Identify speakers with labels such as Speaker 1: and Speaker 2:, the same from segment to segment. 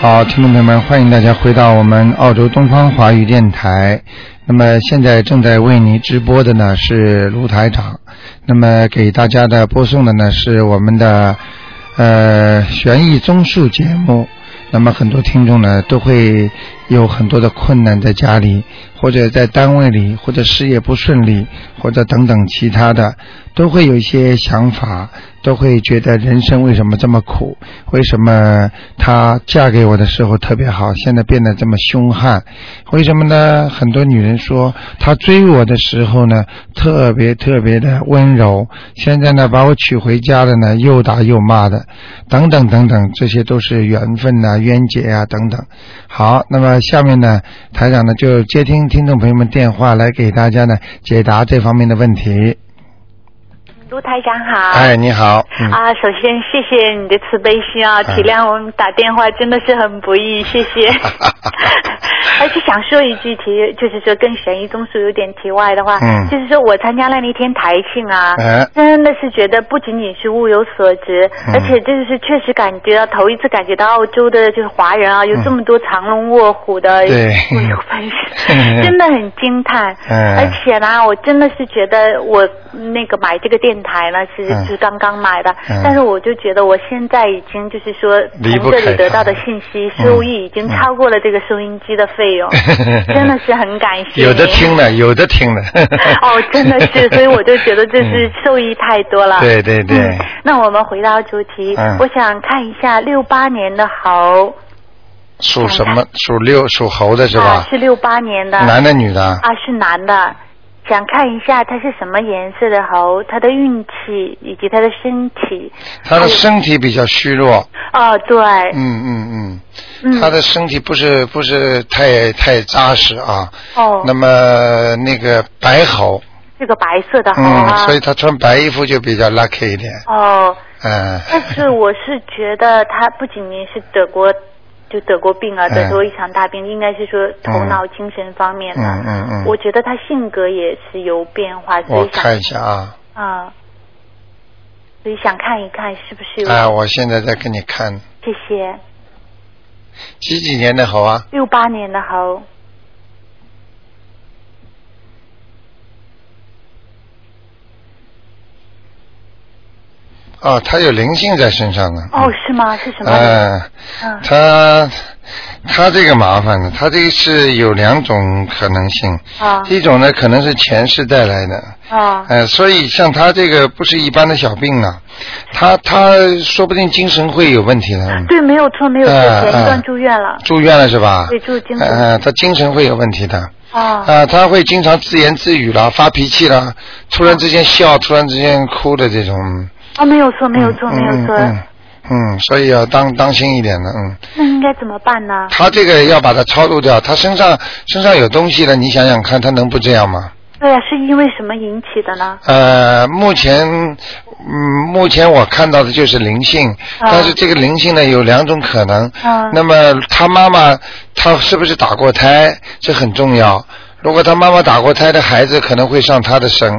Speaker 1: 好，听众朋友们，欢迎大家回到我们澳洲东方华语电台。那么现在正在为你直播的呢是卢台长，那么给大家的播送的呢是我们的呃悬疑综述节目。那么很多听众呢都会有很多的困难在家里，或者在单位里，或者事业不顺利，或者等等其他的，都会有一些想法，都会觉得人生为什么这么苦？为什么她嫁给我的时候特别好，现在变得这么凶悍？为什么呢？很多女人说她追我的时候呢特别特别的温柔，现在呢把我娶回家的呢又打又骂的，等等等等，这些都是缘分呐、冤结啊等等。好，那么下面呢，台长呢就接听听众朋友们电话来给大家呢解答这方面的问题。
Speaker 2: 卢台长好。
Speaker 1: 哎，你好，嗯，哎
Speaker 2: 啊，首先谢谢你的慈悲心啊，体谅我们打电话真的是很不 易，谢谢。 而且想说一句题，就是说跟悬疑综述有点题外的话，
Speaker 1: 嗯
Speaker 2: 就是说我参加了那天台庆啊，
Speaker 1: 哎，
Speaker 2: 真的是觉得不仅仅是物有所值，
Speaker 1: 嗯
Speaker 2: 而且就是确实感觉到头一次感觉到澳洲的就是华人啊，有这么多藏龙卧虎的，
Speaker 1: 对
Speaker 2: 我有本 事，真的很惊叹。
Speaker 1: 嗯
Speaker 2: 而且呢，我真的是觉得我那个买这个电台呢，其实
Speaker 1: 嗯
Speaker 2: 是刚刚买的，
Speaker 1: 嗯
Speaker 2: 但是我就觉得我现在已经就是说
Speaker 1: 离不
Speaker 2: 从这
Speaker 1: 开
Speaker 2: 里得
Speaker 1: 它
Speaker 2: 到的信息
Speaker 1: 嗯
Speaker 2: 收益已经超过了这个收音机的费用，真的是很感谢。
Speaker 1: 有的。听了，有的听了。
Speaker 2: 哦，真的 是，所以我就觉得这是
Speaker 1: 嗯
Speaker 2: 受益太多了。
Speaker 1: 对对对，
Speaker 2: 嗯，那我们回到主题，
Speaker 1: 嗯
Speaker 2: 我想看一下六八年的猴，
Speaker 1: 属什么？属六，属猴的是
Speaker 2: 啊
Speaker 1: 吧？，
Speaker 2: 是六八年的，
Speaker 1: 男的，女的？啊
Speaker 2: 啊，是男的，想看一下他是什么颜色的猴，他的运气以及他的身体。
Speaker 1: 他的身体比较虚弱，
Speaker 2: 哦，对，
Speaker 1: 嗯嗯
Speaker 2: 嗯
Speaker 1: 嗯，他的身体不是不是太太扎实啊。
Speaker 2: 哦，
Speaker 1: 那么那个白猴，
Speaker 2: 是个白色的猴
Speaker 1: 嗯，
Speaker 2: 啊。
Speaker 1: 所以他穿白衣服就比较 lucky 一点，
Speaker 2: 哦，
Speaker 1: 嗯。
Speaker 2: 但是我是觉得他不仅仅是得过，就得过病啊，
Speaker 1: 嗯
Speaker 2: 得过一场大病，应该是说头脑精神方面的。
Speaker 1: 嗯嗯嗯
Speaker 2: 我觉得他性格也是有变化，所
Speaker 1: 我
Speaker 2: 以想
Speaker 1: 看一下啊，
Speaker 2: 啊，所以想看一看是不是有。
Speaker 1: 啊，我现在在给你看，
Speaker 2: 谢谢。
Speaker 1: 几几年的猴啊？
Speaker 2: 六八年的猴，
Speaker 1: 哦，他有灵性在身上呢。啊
Speaker 2: 哦，是吗？是什么？
Speaker 1: 嗯，
Speaker 2: 嗯
Speaker 1: 他他这个麻烦呢，他这个是有两种可能性，
Speaker 2: 啊
Speaker 1: 一种呢可能是前世带来的，
Speaker 2: 啊
Speaker 1: 呃，所以像他这个不是一般的小病了，他他说不定精神会有问题的，嗯
Speaker 2: 对，没有错，没有错，
Speaker 1: 嗯
Speaker 2: 前一段
Speaker 1: 嗯
Speaker 2: 住院了。
Speaker 1: 住院了是吧？
Speaker 2: 啊对住精神
Speaker 1: 呃，他精神会有问题的，
Speaker 2: 啊
Speaker 1: 啊、他会经常自言自语啦，发脾气啦，突然之间笑，突然之间哭的这种，嗯
Speaker 2: 啊，没有错，没有错，
Speaker 1: 嗯
Speaker 2: 没有错。
Speaker 1: 嗯嗯，嗯所以要当当心一点的，嗯，
Speaker 2: 那应该怎么办呢？
Speaker 1: 他这个要把它超度掉，他身上身上有东西了，你想想看，他能不这样吗？
Speaker 2: 对呀、是因为什么引起的呢？
Speaker 1: 呃，目前，嗯，目前我看到的就是灵性，
Speaker 2: 啊
Speaker 1: 但是这个灵性呢有两种可能。
Speaker 2: 啊
Speaker 1: 那么他妈妈，他是不是打过胎？这很重要。如果他妈妈打过胎的孩子，可能会上他的身。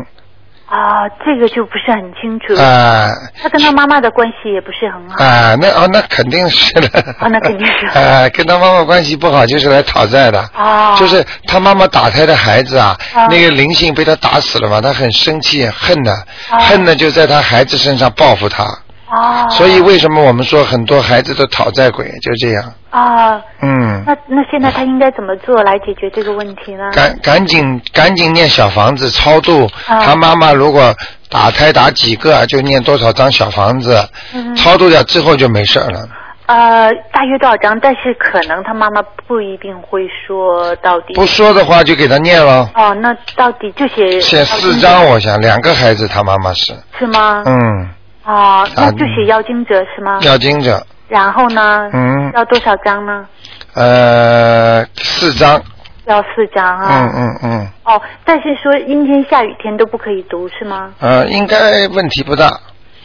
Speaker 2: 啊，这个就不是很清楚。
Speaker 1: 啊、
Speaker 2: 他跟他妈妈的关系也不是很好。
Speaker 1: 啊、那哦，那肯定是了。
Speaker 2: 哦那肯定是
Speaker 1: 啊、跟他妈妈关系不好，就是来讨债的。
Speaker 2: 啊，
Speaker 1: 就是他妈妈打胎的孩子啊，
Speaker 2: 啊
Speaker 1: 那个灵性被他打死了嘛，他很生气，恨呢，
Speaker 2: 啊
Speaker 1: 恨呢就在他孩子身上报复他。
Speaker 2: 啊，
Speaker 1: 所以为什么我们说很多孩子都讨债鬼就这样？
Speaker 2: 啊，
Speaker 1: 嗯，
Speaker 2: 那那现在他应该怎么做来解决这个问题呢？
Speaker 1: 赶赶紧赶紧念小房子超度。
Speaker 2: 啊
Speaker 1: 他妈妈如果打胎打几个，啊就念多少张小房子，
Speaker 2: 嗯
Speaker 1: 超度掉之后就没事儿了。
Speaker 2: 呃，大约多少张？但是可能他妈妈不一定会说到底。
Speaker 1: 不说的话就给他念了，
Speaker 2: 哦，那到底就写
Speaker 1: 写四张，我想两个孩子他妈妈是，
Speaker 2: 是吗？
Speaker 1: 嗯，
Speaker 2: 哦，那
Speaker 1: 啊
Speaker 2: 就写妖精者是吗？
Speaker 1: 要盯着，
Speaker 2: 然后呢？
Speaker 1: 嗯，
Speaker 2: 要多少张呢？
Speaker 1: 呃，四张，
Speaker 2: 要四张
Speaker 1: 嗯
Speaker 2: 啊。
Speaker 1: 嗯嗯，
Speaker 2: 哦，但是说阴天下雨天都不可以读是吗？
Speaker 1: 呃，应该问题不大。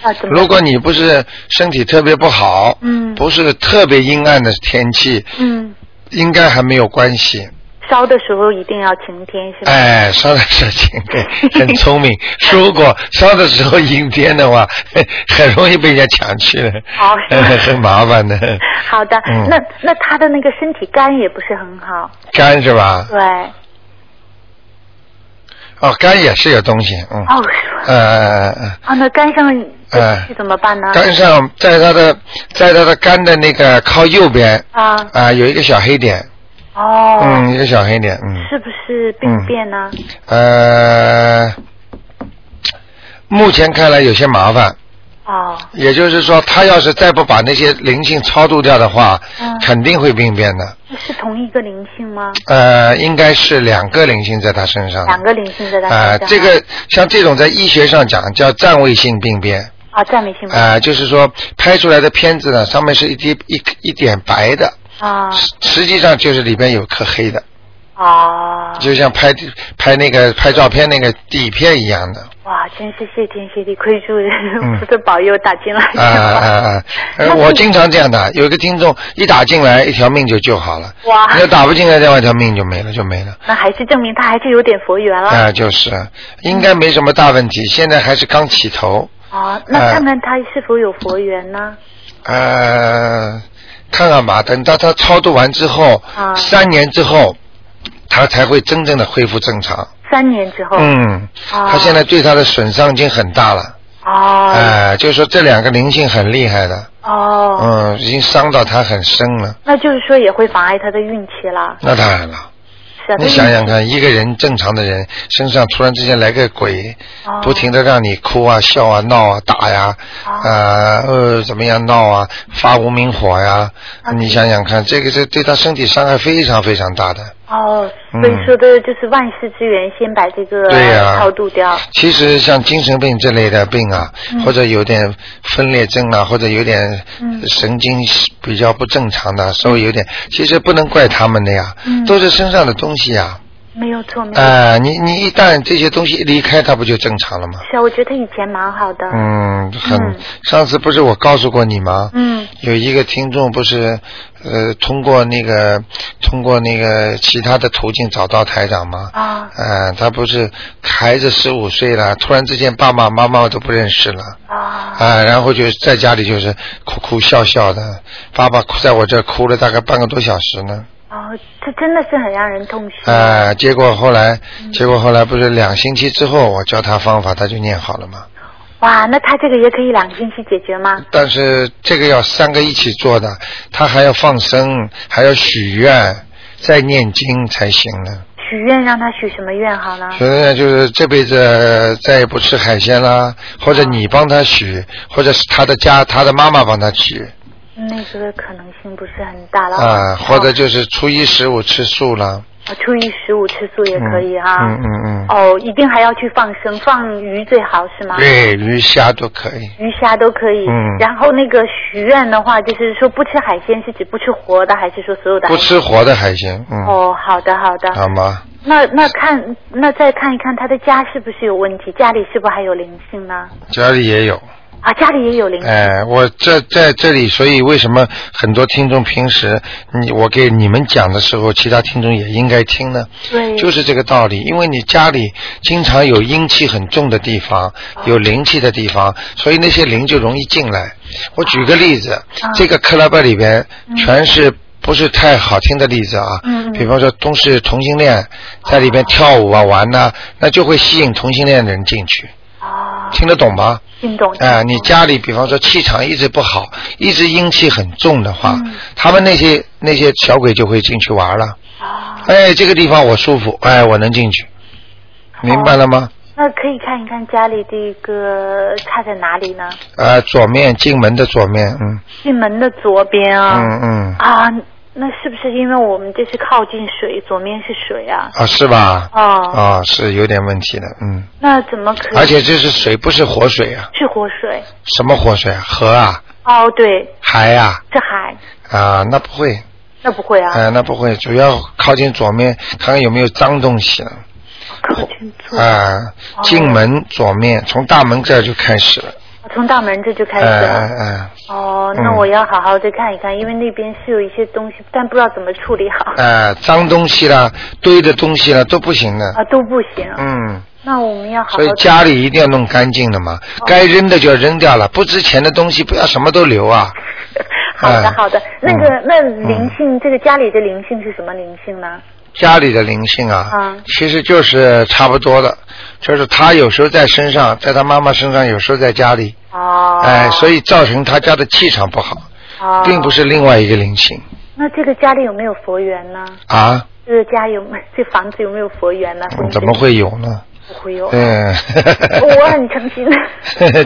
Speaker 2: 啊，怎么？
Speaker 1: 如果你不是身体特别不好，
Speaker 2: 嗯
Speaker 1: 不是特别阴暗的天气，
Speaker 2: 嗯，
Speaker 1: 应该还没有关系。
Speaker 2: 烧的时候一定要晴天是吗？
Speaker 1: 哎，烧的时候晴天，很聪 明。如果烧的时候阴天的话， 很容易被人家抢去 了，
Speaker 2: 哦
Speaker 1: 呃 很麻烦的。
Speaker 2: 好的，
Speaker 1: 嗯
Speaker 2: 那那他的那个身体肝也不是很好，
Speaker 1: 肝是吧？
Speaker 2: 对，
Speaker 1: 哦，肝也是有东西，嗯，
Speaker 2: 哦，是吧
Speaker 1: 呃呃呃。
Speaker 2: 啊，那肝上
Speaker 1: 哎
Speaker 2: 是怎么办呢？
Speaker 1: 肝上在他的在他的肝的那个靠右边
Speaker 2: 啊，
Speaker 1: 啊、有一个小黑点，
Speaker 2: 哦，
Speaker 1: 嗯，一个小黑点，嗯，
Speaker 2: 是不是病变呢？
Speaker 1: 呃，目前看来有些麻烦，
Speaker 2: 哦，
Speaker 1: 也就是说，他要是再不把那些灵性超度掉的话，
Speaker 2: 嗯
Speaker 1: 肯定会病变的。
Speaker 2: 这是同一个灵性吗？
Speaker 1: 呃，应该是两个灵性在他身上。
Speaker 2: 两个灵性在他
Speaker 1: 啊、
Speaker 2: 身上。
Speaker 1: 这个像这种在医学上讲叫占位性病变。
Speaker 2: 啊，赞美性
Speaker 1: 啊、就是说拍出来的片子呢，上面是一滴一一点白的，
Speaker 2: 啊
Speaker 1: 实实际上就是里边有颗黑的，
Speaker 2: 啊！
Speaker 1: 就像拍拍那个拍照片那个底片一样的。
Speaker 2: 哇，真是谢天谢地，亏主
Speaker 1: 嗯
Speaker 2: 菩萨保佑打进来
Speaker 1: 啊啊 啊！呃
Speaker 2: 那
Speaker 1: 我
Speaker 2: 你
Speaker 1: 经常这样的，有一个听众一打进来，一条命就救好了。
Speaker 2: 哇，
Speaker 1: 要打不进来，另外一条命就没了，就没了。
Speaker 2: 那还是证明他还是有点佛缘了
Speaker 1: 啊、就是，应该没什么大问题。
Speaker 2: 嗯
Speaker 1: 现在还是刚起头，
Speaker 2: 啊。那
Speaker 1: 哎
Speaker 2: 看看他是否有佛缘呢？
Speaker 1: 呃，看看吧。等到他超度完之后，
Speaker 2: 啊
Speaker 1: 三年之后，他才会真正的恢复正常。
Speaker 2: 三年之后，
Speaker 1: 嗯，
Speaker 2: 啊，
Speaker 1: 他现在对他的损伤已经很大了，哎、
Speaker 2: 哦
Speaker 1: 就是说这两个灵性很厉害的，
Speaker 2: 哦，
Speaker 1: 嗯，已经伤到他很深了。
Speaker 2: 那就是说也会妨碍他的运气了。
Speaker 1: 那当然了，
Speaker 2: 是啊，
Speaker 1: 你
Speaker 2: 他
Speaker 1: 想
Speaker 2: 运
Speaker 1: 想看，一个人正常的人身上突然之间来个鬼，
Speaker 2: 哦
Speaker 1: 不停的让你哭啊、笑啊、闹啊、打呀，
Speaker 2: 哦
Speaker 1: 啊呃怎么样闹啊，发无名火呀，
Speaker 2: 哦
Speaker 1: 你想想看，这个是对他身体伤害非常非常大的。
Speaker 2: 哦，所以说的就是万事之源，先把这个
Speaker 1: 嗯对呀
Speaker 2: 超度掉。
Speaker 1: 其实像精神病这类的病啊，
Speaker 2: 嗯
Speaker 1: 或者有点分裂症啊，或者有点
Speaker 2: 嗯
Speaker 1: 神经比较不正常的，稍微有点，其实不能怪他们的呀，
Speaker 2: 嗯
Speaker 1: 都是身上的东西呀。
Speaker 2: 没有错，没有错。
Speaker 1: 哎、你你一旦这些东西一离开，它不就正常了吗？
Speaker 2: 是啊，我觉得以前蛮好的。
Speaker 1: 嗯，很。
Speaker 2: 嗯
Speaker 1: 上次不是我告诉过你吗？
Speaker 2: 嗯
Speaker 1: 有一个听众不是，呃，通过那个通过那个其他的途径找到台长吗？
Speaker 2: 啊
Speaker 1: 嗯，他不是孩子十五岁了，突然之间爸爸妈妈都不认识了，
Speaker 2: 啊
Speaker 1: 啊，然后就在家里就是哭哭笑笑的，爸爸哭在我这儿哭了大概半个多小时呢，
Speaker 2: 哦，这真的是很让人痛心。
Speaker 1: 啊，结果后来，
Speaker 2: 嗯
Speaker 1: 结果后来不是两星期之后我教他方法，他就念好了嘛，
Speaker 2: 哇，那他这个也可以两个星期解决吗？
Speaker 1: 但是这个要三个一起做的，他还要放生，还要许愿，再念经才行呢。
Speaker 2: 许愿让他许什么愿好呢？
Speaker 1: 所以呢，就是这辈子再也不吃海鲜啦，或者你帮他许，或者是他的家他的妈妈帮他许
Speaker 2: 嗯那个可能性不是很大了。
Speaker 1: 啊，或者就是初一十五吃素啦，
Speaker 2: 哦初一十五吃素也可以啊哈。
Speaker 1: 嗯嗯嗯嗯，
Speaker 2: 哦，一定还要去放生，放鱼最好是吗？
Speaker 1: 对，鱼虾都可以。
Speaker 2: 鱼虾都可以。
Speaker 1: 嗯
Speaker 2: 然后那个许愿的话，就是说不吃海鲜，是指不吃活的，还是说所有的海
Speaker 1: 不
Speaker 2: 鲜？
Speaker 1: 吃活的海鲜，嗯，
Speaker 2: 哦，好的好的。
Speaker 1: 好吗？
Speaker 2: 那那看那再看一看他的家是不是有问题，家里是不是还有灵性呢？
Speaker 1: 家里也有，
Speaker 2: 啊，家里也有灵性。
Speaker 1: 哎，我这在这里，所以为什么很多听众平时你我给你们讲的时候，其他听众也应该听呢？
Speaker 2: 对，
Speaker 1: 就是这个道理，因为你家里经常有阴气很重的地方，有灵气的地方，所以那些灵就容易进来。我举个例子，这个 club 里边全是不是太好听的例子啊？
Speaker 2: 嗯嗯
Speaker 1: 比方说都是同性恋在里边跳舞啊、玩呐、那就会吸引同性恋的人进去，
Speaker 2: 啊，
Speaker 1: 听得懂吗？
Speaker 2: 听懂。
Speaker 1: 哎、你家里比方说气场一直不好，一直阴气很重的话，
Speaker 2: 嗯
Speaker 1: 他们那些那些小鬼就会进去玩了。
Speaker 2: 啊，
Speaker 1: 哎，这个地方我舒服，哎，我能进去，明白了吗？
Speaker 2: 那可以看一看家里这个差在哪里呢？
Speaker 1: 啊，左面进门的左面，嗯
Speaker 2: 进门的左边啊。
Speaker 1: 嗯嗯，
Speaker 2: 啊，那是不是因为我们这是靠近水，左面是水啊？
Speaker 1: 啊是吧？
Speaker 2: 哦，
Speaker 1: 啊，是有点问题的，嗯，
Speaker 2: 那怎么可以？
Speaker 1: 而且这是水，不是活水啊，
Speaker 2: 是活水。
Speaker 1: 什么活水啊？河啊，
Speaker 2: 哦，对，
Speaker 1: 海啊，
Speaker 2: 是海。
Speaker 1: 啊，那不会，
Speaker 2: 那不会啊，
Speaker 1: 啊，那不会，主要靠近左面，看看有没有脏东西了。
Speaker 2: 靠近左。
Speaker 1: 呃啊，进门左面，从大门这儿就开始了，
Speaker 2: 啊从大门这就哦开始
Speaker 1: 哎
Speaker 2: 了。
Speaker 1: 哎哎，
Speaker 2: 哦，那
Speaker 1: 嗯
Speaker 2: 我要好好的看一看，因为那边是有一些东西，但不知道怎么处理好。
Speaker 1: 哎，脏东西啦，堆的东西啦，都不行的。
Speaker 2: 啊，都不行。
Speaker 1: 嗯，
Speaker 2: 那我们要好好哦
Speaker 1: 所以
Speaker 2: 地。
Speaker 1: 家里一定要弄干净的嘛，该扔的就要扔掉了，不值钱的东西不要什么都留啊。
Speaker 2: 好的
Speaker 1: 哎嗯
Speaker 2: 好的，那个那灵性，这个家里的灵性是什么灵性呢？
Speaker 1: 家里的灵性啊，
Speaker 2: 嗯
Speaker 1: 其实就是差不多的，就是他有时候在身上，在他妈妈身上，有时候在家里，
Speaker 2: 哦。
Speaker 1: 哎，所以造成他家的气场不好，
Speaker 2: 哦，
Speaker 1: 并不
Speaker 2: 是。
Speaker 1: 是另外一个灵性
Speaker 2: 哦那这个家里有没有佛缘呢？
Speaker 1: 啊，
Speaker 2: 这个家有没这房子有没有佛缘呢？
Speaker 1: 嗯怎么会有呢？
Speaker 2: 不会有？
Speaker 1: 嗯，
Speaker 2: 我很诚心，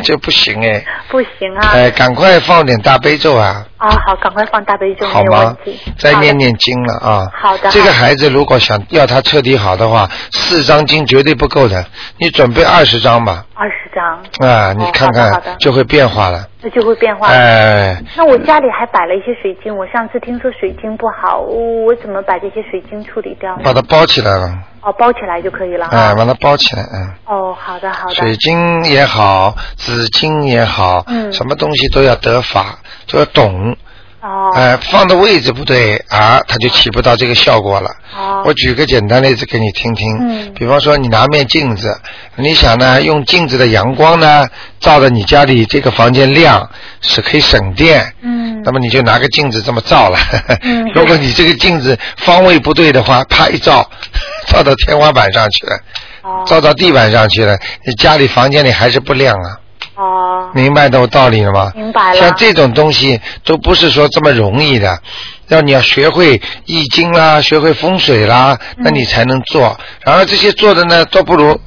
Speaker 1: 这不行哎，
Speaker 2: 不行啊！
Speaker 1: 哎，赶快放点大悲咒啊，
Speaker 2: 啊，好，赶快放大悲咒，
Speaker 1: 好
Speaker 2: 没有
Speaker 1: 吗
Speaker 2: 问题。？
Speaker 1: 再念
Speaker 2: 好的
Speaker 1: 念经了啊。
Speaker 2: 好的
Speaker 1: 这个
Speaker 2: 好的
Speaker 1: 孩子如果想要他彻底好的话，四张经绝对不够的，你准备二十张吧，
Speaker 2: 二十张，
Speaker 1: 啊，你
Speaker 2: 哦
Speaker 1: 看
Speaker 2: 好的好的
Speaker 1: 看就会变化了。
Speaker 2: 那就会变化。
Speaker 1: 哎，
Speaker 2: 那我家里还摆了一些水晶，我上次听说水晶不好，我我怎么把这些水晶处理掉呢？
Speaker 1: 把它包起来了，
Speaker 2: 哦，包起来就可以了
Speaker 1: 哎，
Speaker 2: 啊。
Speaker 1: 把它包起来，嗯。
Speaker 2: 哦，好的好
Speaker 1: 水
Speaker 2: 的，
Speaker 1: 晶也好，紫晶也好，
Speaker 2: 嗯
Speaker 1: 什么东西都要得法，都要懂。
Speaker 2: 哦
Speaker 1: 哎、放的位置不对啊，它就起不到这个效果了。我
Speaker 2: 哦
Speaker 1: 举个简单例子给你听听，
Speaker 2: 嗯
Speaker 1: 比方说你拿面镜子，你想呢用镜子的阳光呢照的你家里这个房间亮，是可以省电。
Speaker 2: 嗯
Speaker 1: 那么你就拿个镜子这么照了。
Speaker 2: 嗯
Speaker 1: 如果你这个镜子方位不对的话，啪一照， 照到天花板上去了，
Speaker 2: 哦
Speaker 1: 照到地板上去了，你家里房间里还是不亮啊。
Speaker 2: 哦，
Speaker 1: 明白的道理了吗？
Speaker 2: 明白了
Speaker 1: 像这种东西都不是说这么容易的，要你要学会易经啦，学会风水啦，
Speaker 2: 嗯
Speaker 1: 那你才能做。然后这些做的呢，都不如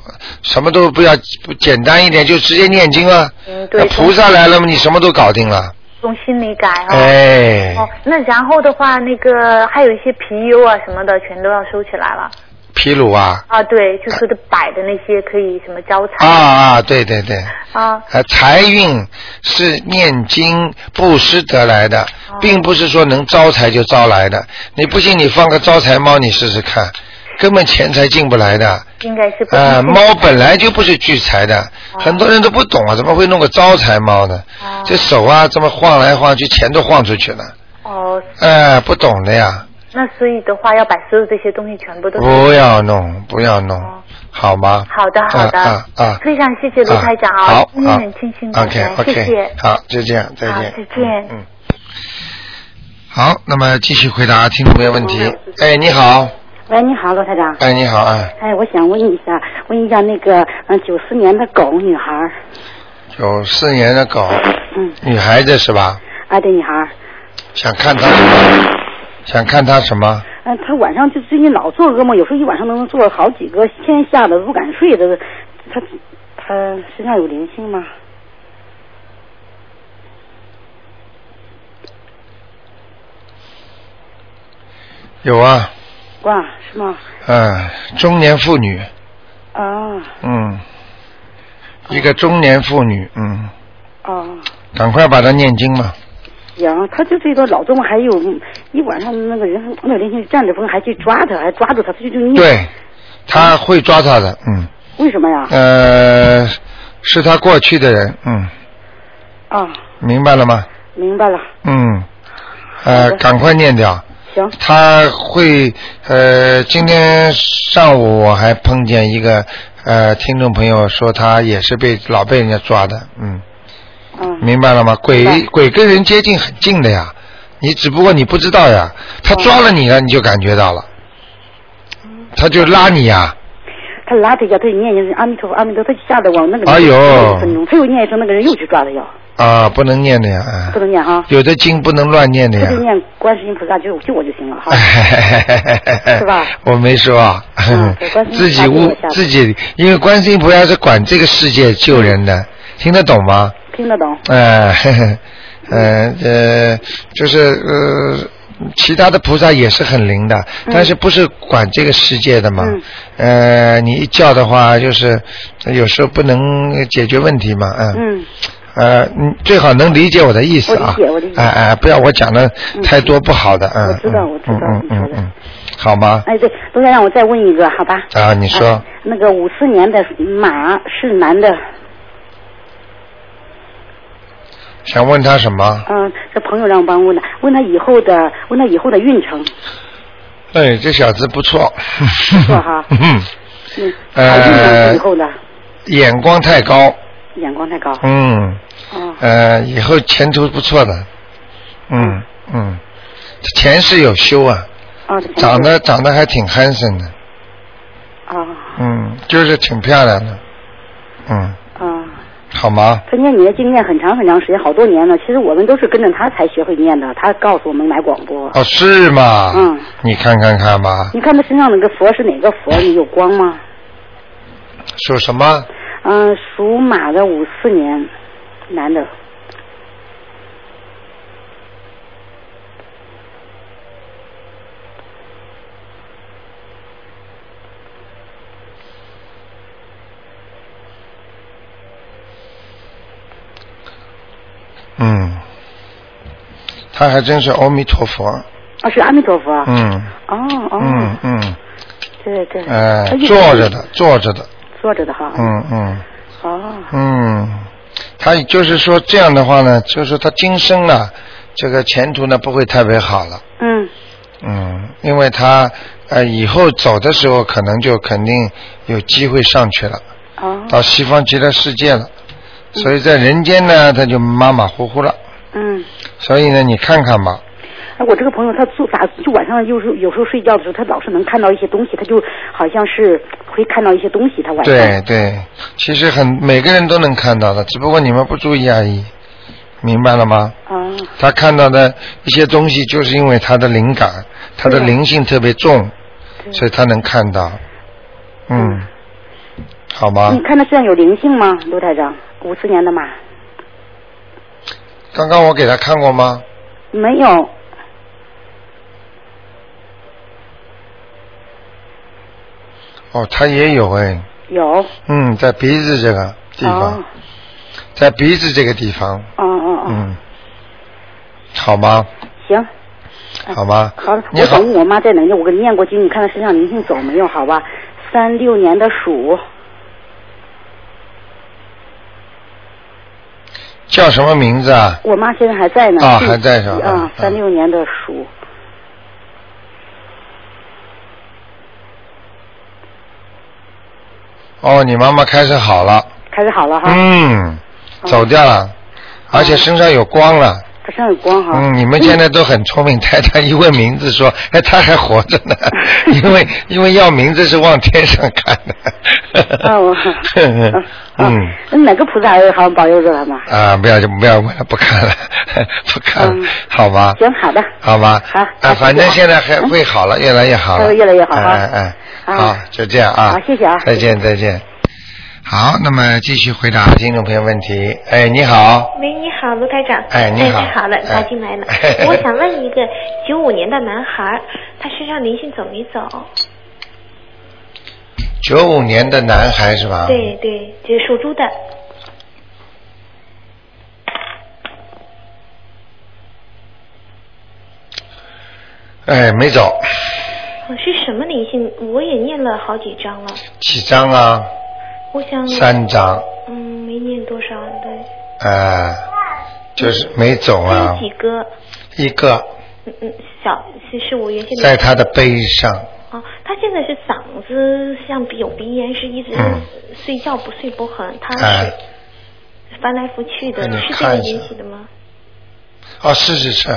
Speaker 1: 什么都不要，不简单一点就直接念经啊。
Speaker 2: 嗯对
Speaker 1: 那，菩萨来了嘛，你什么都搞定了。
Speaker 2: 从心里改啊。
Speaker 1: 哎，
Speaker 2: 哦，那然后的话，那个还有一些貔貅啊什么的，全都要收起来了。
Speaker 1: 毗卢啊，
Speaker 2: 啊，对，就说的摆的那些可以什么招财
Speaker 1: 啊啊，对对对。
Speaker 2: 啊
Speaker 1: 呃，财运是念经布施得来的，
Speaker 2: 哦
Speaker 1: 并不是说能招财就招来的。你不信，你放个招财猫，你试试看，根本钱财进不来的。
Speaker 2: 应该是不
Speaker 1: 呃，
Speaker 2: 能
Speaker 1: 猫本来就不是聚财
Speaker 2: 啊
Speaker 1: 的，很多人都不懂啊，怎么会弄个招财猫呢？
Speaker 2: 哦
Speaker 1: 这手啊，这么晃来晃去，钱都晃出去了。
Speaker 2: 哦，
Speaker 1: 哎，不懂的呀，
Speaker 2: 那所以的话要把所有这些东西全部都
Speaker 1: 不要弄，不要弄
Speaker 2: 哦，
Speaker 1: 好吗？
Speaker 2: 好的好的
Speaker 1: 啊啊啊！
Speaker 2: 非常谢谢卢
Speaker 1: 啊
Speaker 2: 台长啊
Speaker 1: 好，啊
Speaker 2: 今天很庆幸你
Speaker 1: OK
Speaker 2: 来
Speaker 1: OK，
Speaker 2: 谢谢
Speaker 1: 好，就这样，再
Speaker 2: 好
Speaker 1: 见，
Speaker 2: 再见
Speaker 1: 嗯。嗯好，那么继续回答听众朋友问题。哎，你好，
Speaker 3: 喂，你好，罗台长。
Speaker 1: 哎，你好，哎，
Speaker 3: 哎，我想问一下，问一下那个，嗯，九四年的狗女孩儿，
Speaker 1: 九四年的狗，
Speaker 3: 嗯，
Speaker 1: 女孩子是吧？
Speaker 3: 啊，对，女孩儿，
Speaker 1: 想看她什么？想看她什么？
Speaker 3: 嗯，她晚上就最近老做噩梦，有时候一晚上能做好几个，天吓得不敢睡的。她她身上有灵性吗？
Speaker 1: 有啊，
Speaker 3: 哇，是吗？
Speaker 1: 嗯，中年妇女，
Speaker 3: 啊，
Speaker 1: 嗯，一个中年妇女，嗯，
Speaker 3: 哦，
Speaker 1: 赶快把她念经嘛。
Speaker 3: 行，她就这个老做梦，还有一晚上那个人那个灵性站着不还去抓她，还抓住她，她就就念。
Speaker 1: 对，她会抓她的，嗯，
Speaker 3: 为什么呀？
Speaker 1: 呃，是她过去的人，嗯，
Speaker 3: 啊，
Speaker 1: 明白了吗？
Speaker 3: 明白了，
Speaker 1: 嗯，呃
Speaker 3: 好，的
Speaker 1: 赶快念掉。
Speaker 3: 行，
Speaker 1: 他会呃，今天上午我还碰见一个呃听众朋友说他也是被老被人家抓的，嗯，
Speaker 3: 嗯。
Speaker 1: 明白了吗？
Speaker 3: 明
Speaker 1: 鬼
Speaker 3: 白
Speaker 1: 鬼跟人接近很近的呀，你只不过你不知道呀，他抓了你了你就感觉到了，他就拉你呀，
Speaker 3: 他拉他一下，他就念一声阿弥陀佛，阿弥陀佛，他就吓得我那个人
Speaker 1: 哎呦
Speaker 3: 有一分钟，他又念一声，那个人又去抓他要，
Speaker 1: 啊，不能念的呀，啊
Speaker 3: 不能念哈，
Speaker 1: 有的经不能乱念的
Speaker 3: 他
Speaker 1: 哎呀哎
Speaker 3: 就。念观世音菩萨救救我就行了哈。
Speaker 1: 是
Speaker 3: 是吧？
Speaker 1: 我没说啊
Speaker 3: 嗯对观，世音
Speaker 1: 自
Speaker 3: 菩萨
Speaker 1: 己
Speaker 3: 救
Speaker 1: 悟
Speaker 3: 我下
Speaker 1: 自己，因为观世音菩萨是管这个世界救人的，听得懂吗？
Speaker 3: 听得懂？
Speaker 1: 哎，呵呵呃呃，就是呃。其他的菩萨也是很灵的，
Speaker 3: 嗯
Speaker 1: 但是不是管这个世界的嘛？呃，你一叫的话，就是有时候不能解决问题嘛，啊
Speaker 3: 嗯，
Speaker 1: 呃，你最好能理解我的意思
Speaker 3: 我
Speaker 1: 啊！
Speaker 3: 理解我理解嗯
Speaker 1: 哎哎，不要我讲的太多不好的，嗯。
Speaker 3: 我知道
Speaker 1: 嗯
Speaker 3: 我知道
Speaker 1: 嗯嗯
Speaker 3: 你
Speaker 1: 嗯
Speaker 3: 说的
Speaker 1: 嗯，好吗？
Speaker 3: 哎对，都想让我再问一个，好吧？
Speaker 1: 啊，你说
Speaker 3: 哎那个五四年的马是男的，
Speaker 1: 想问他什么？
Speaker 4: 嗯，这朋友让我帮问的，问他以后的，问他以后的运程，
Speaker 1: 哎，这小子不错，
Speaker 4: 不错哈
Speaker 1: 嗯，
Speaker 4: 嗯，好运程
Speaker 1: 呃
Speaker 4: 是以，后的，
Speaker 1: 眼光太高，
Speaker 4: 眼光太高，
Speaker 1: 嗯，
Speaker 4: 哦，
Speaker 1: 呃，以后前途不错的，嗯嗯，前世有修啊，
Speaker 3: 哦
Speaker 4: 啊，
Speaker 1: 长得长得还挺憨生的，
Speaker 3: 哦
Speaker 4: 啊
Speaker 1: 嗯，就是挺漂亮的，嗯，
Speaker 3: 哦
Speaker 4: 啊，
Speaker 1: 好吗？
Speaker 4: 他念你的经验很长很长时间，好多年了。其实我们都是跟着他才学会念的，他告诉我们买广播。
Speaker 1: 哦，是吗？
Speaker 4: 嗯，
Speaker 1: 你看看看吧，
Speaker 4: 你看他身上那个佛是哪个佛？你有光吗？
Speaker 1: 属什么？
Speaker 4: 嗯、属马的五四年，男的。
Speaker 1: 嗯，他还真是阿弥陀佛，
Speaker 4: 啊，是阿弥陀佛。
Speaker 1: 嗯
Speaker 4: 哦哦，
Speaker 1: 嗯嗯，
Speaker 4: 对对。
Speaker 1: 呃
Speaker 4: 他一，直
Speaker 1: 坐着。的，坐着的，
Speaker 4: 坐着的哈。。
Speaker 1: 嗯嗯。
Speaker 4: 哦
Speaker 1: 嗯，他就是说这样的话呢，就是说他今生啊，这个前途呢不会特别好了。
Speaker 4: 嗯
Speaker 1: 嗯，因为他呃以后走的时候，可能就肯定有机会上去了，
Speaker 4: 哦
Speaker 1: 到西方极乐世界了。所以在人间呢，他就马马虎虎了。
Speaker 4: 嗯。
Speaker 1: 所以呢，你看看吧，
Speaker 4: 哎，我这个朋友他做咋就晚上有时候有时候睡觉的时候，他老是能看到一些东西，他就好像是会看到一些东西，他晚上。
Speaker 1: 对对，其实很每个人都能看到的，只不过你们不注意而已，明白了吗？
Speaker 4: 啊
Speaker 1: 他看到的一些东西，就是因为他的灵感，他的
Speaker 4: 对
Speaker 1: 灵性特别重，
Speaker 4: 对
Speaker 1: 所以他能看到。嗯，好吗
Speaker 4: 你？看他身上有灵性吗，卢台长？五四年的马
Speaker 1: 刚刚我给他看过吗？
Speaker 4: 没有，
Speaker 1: 哦，他也有哎，
Speaker 4: 有。
Speaker 1: 嗯，在鼻子这个地方，
Speaker 4: 哦
Speaker 1: 在鼻子这个地方，
Speaker 4: 哦哦哦，
Speaker 1: 嗯，好吗？
Speaker 4: 行，
Speaker 1: 好吗？
Speaker 4: 哎好了，
Speaker 1: 你
Speaker 4: 我
Speaker 1: 好
Speaker 4: 想，问我妈在哪呢？我给她念过经，你看她身上灵性走没有？好吧，三六年的鼠，
Speaker 1: 叫什么名字啊？
Speaker 4: 我妈现在还在呢。
Speaker 1: 啊
Speaker 4: 是
Speaker 1: 还在是吧
Speaker 4: 啊，
Speaker 1: 嗯
Speaker 4: 三六年的鼠，
Speaker 1: 哦，你妈妈开始好了，
Speaker 4: 开始好了哈，哦
Speaker 1: 嗯，走掉了，而且身上有光了。
Speaker 4: 她身上有光哈。
Speaker 1: 嗯，你们现在都很聪明，太太一问名字说，哎，他还活着 呢，因为因为要名字是往天上看的。
Speaker 4: 啊我啊
Speaker 1: 嗯，
Speaker 4: 那哪个菩萨好像保佑着他嘛？
Speaker 1: 啊，不要就不要问了，不看了，不看了
Speaker 4: 嗯，
Speaker 1: 好吧？
Speaker 4: 行，好的，
Speaker 1: 好吧？
Speaker 4: 好
Speaker 1: 啊，反正现在还
Speaker 4: 嗯
Speaker 1: 会好了，越来越好了，
Speaker 4: 会越来越好哈
Speaker 1: 哎哎哎，
Speaker 4: 啊
Speaker 1: 好，就这样啊。
Speaker 4: 好谢谢啊
Speaker 1: 再见再见。好，那么继续回答听众朋友问题。哎，你好，
Speaker 5: 喂，你好，卢台长。
Speaker 1: 哎你好
Speaker 5: 太好了，
Speaker 1: 哎
Speaker 5: 打 进来了。我想问一个九五年的男孩儿，他身上灵性走没走？
Speaker 1: 啊九五年的男孩是吧？
Speaker 5: 对对，就是属猪的。
Speaker 1: 哎，没走，
Speaker 5: 嗯是什么灵性？我也念了好几张了。
Speaker 1: 几张啊？
Speaker 5: 我想，
Speaker 1: 三张，
Speaker 5: 嗯，没念多少，对，
Speaker 1: 呃，就是没走啊
Speaker 5: 有，嗯几个，
Speaker 1: 一个
Speaker 5: 嗯嗯，小是是我原先
Speaker 1: 在
Speaker 5: 的。
Speaker 1: 他的背上，
Speaker 5: 哦，他现在是嗓子像鼻有鼻炎，是一直
Speaker 1: 嗯
Speaker 5: 睡觉不睡不很，他
Speaker 1: 哎
Speaker 5: 嗯是翻来覆去的，
Speaker 1: 那你
Speaker 5: 是这
Speaker 1: 看
Speaker 5: 个
Speaker 1: 一下
Speaker 5: 引起的吗？
Speaker 1: 哦，是是是，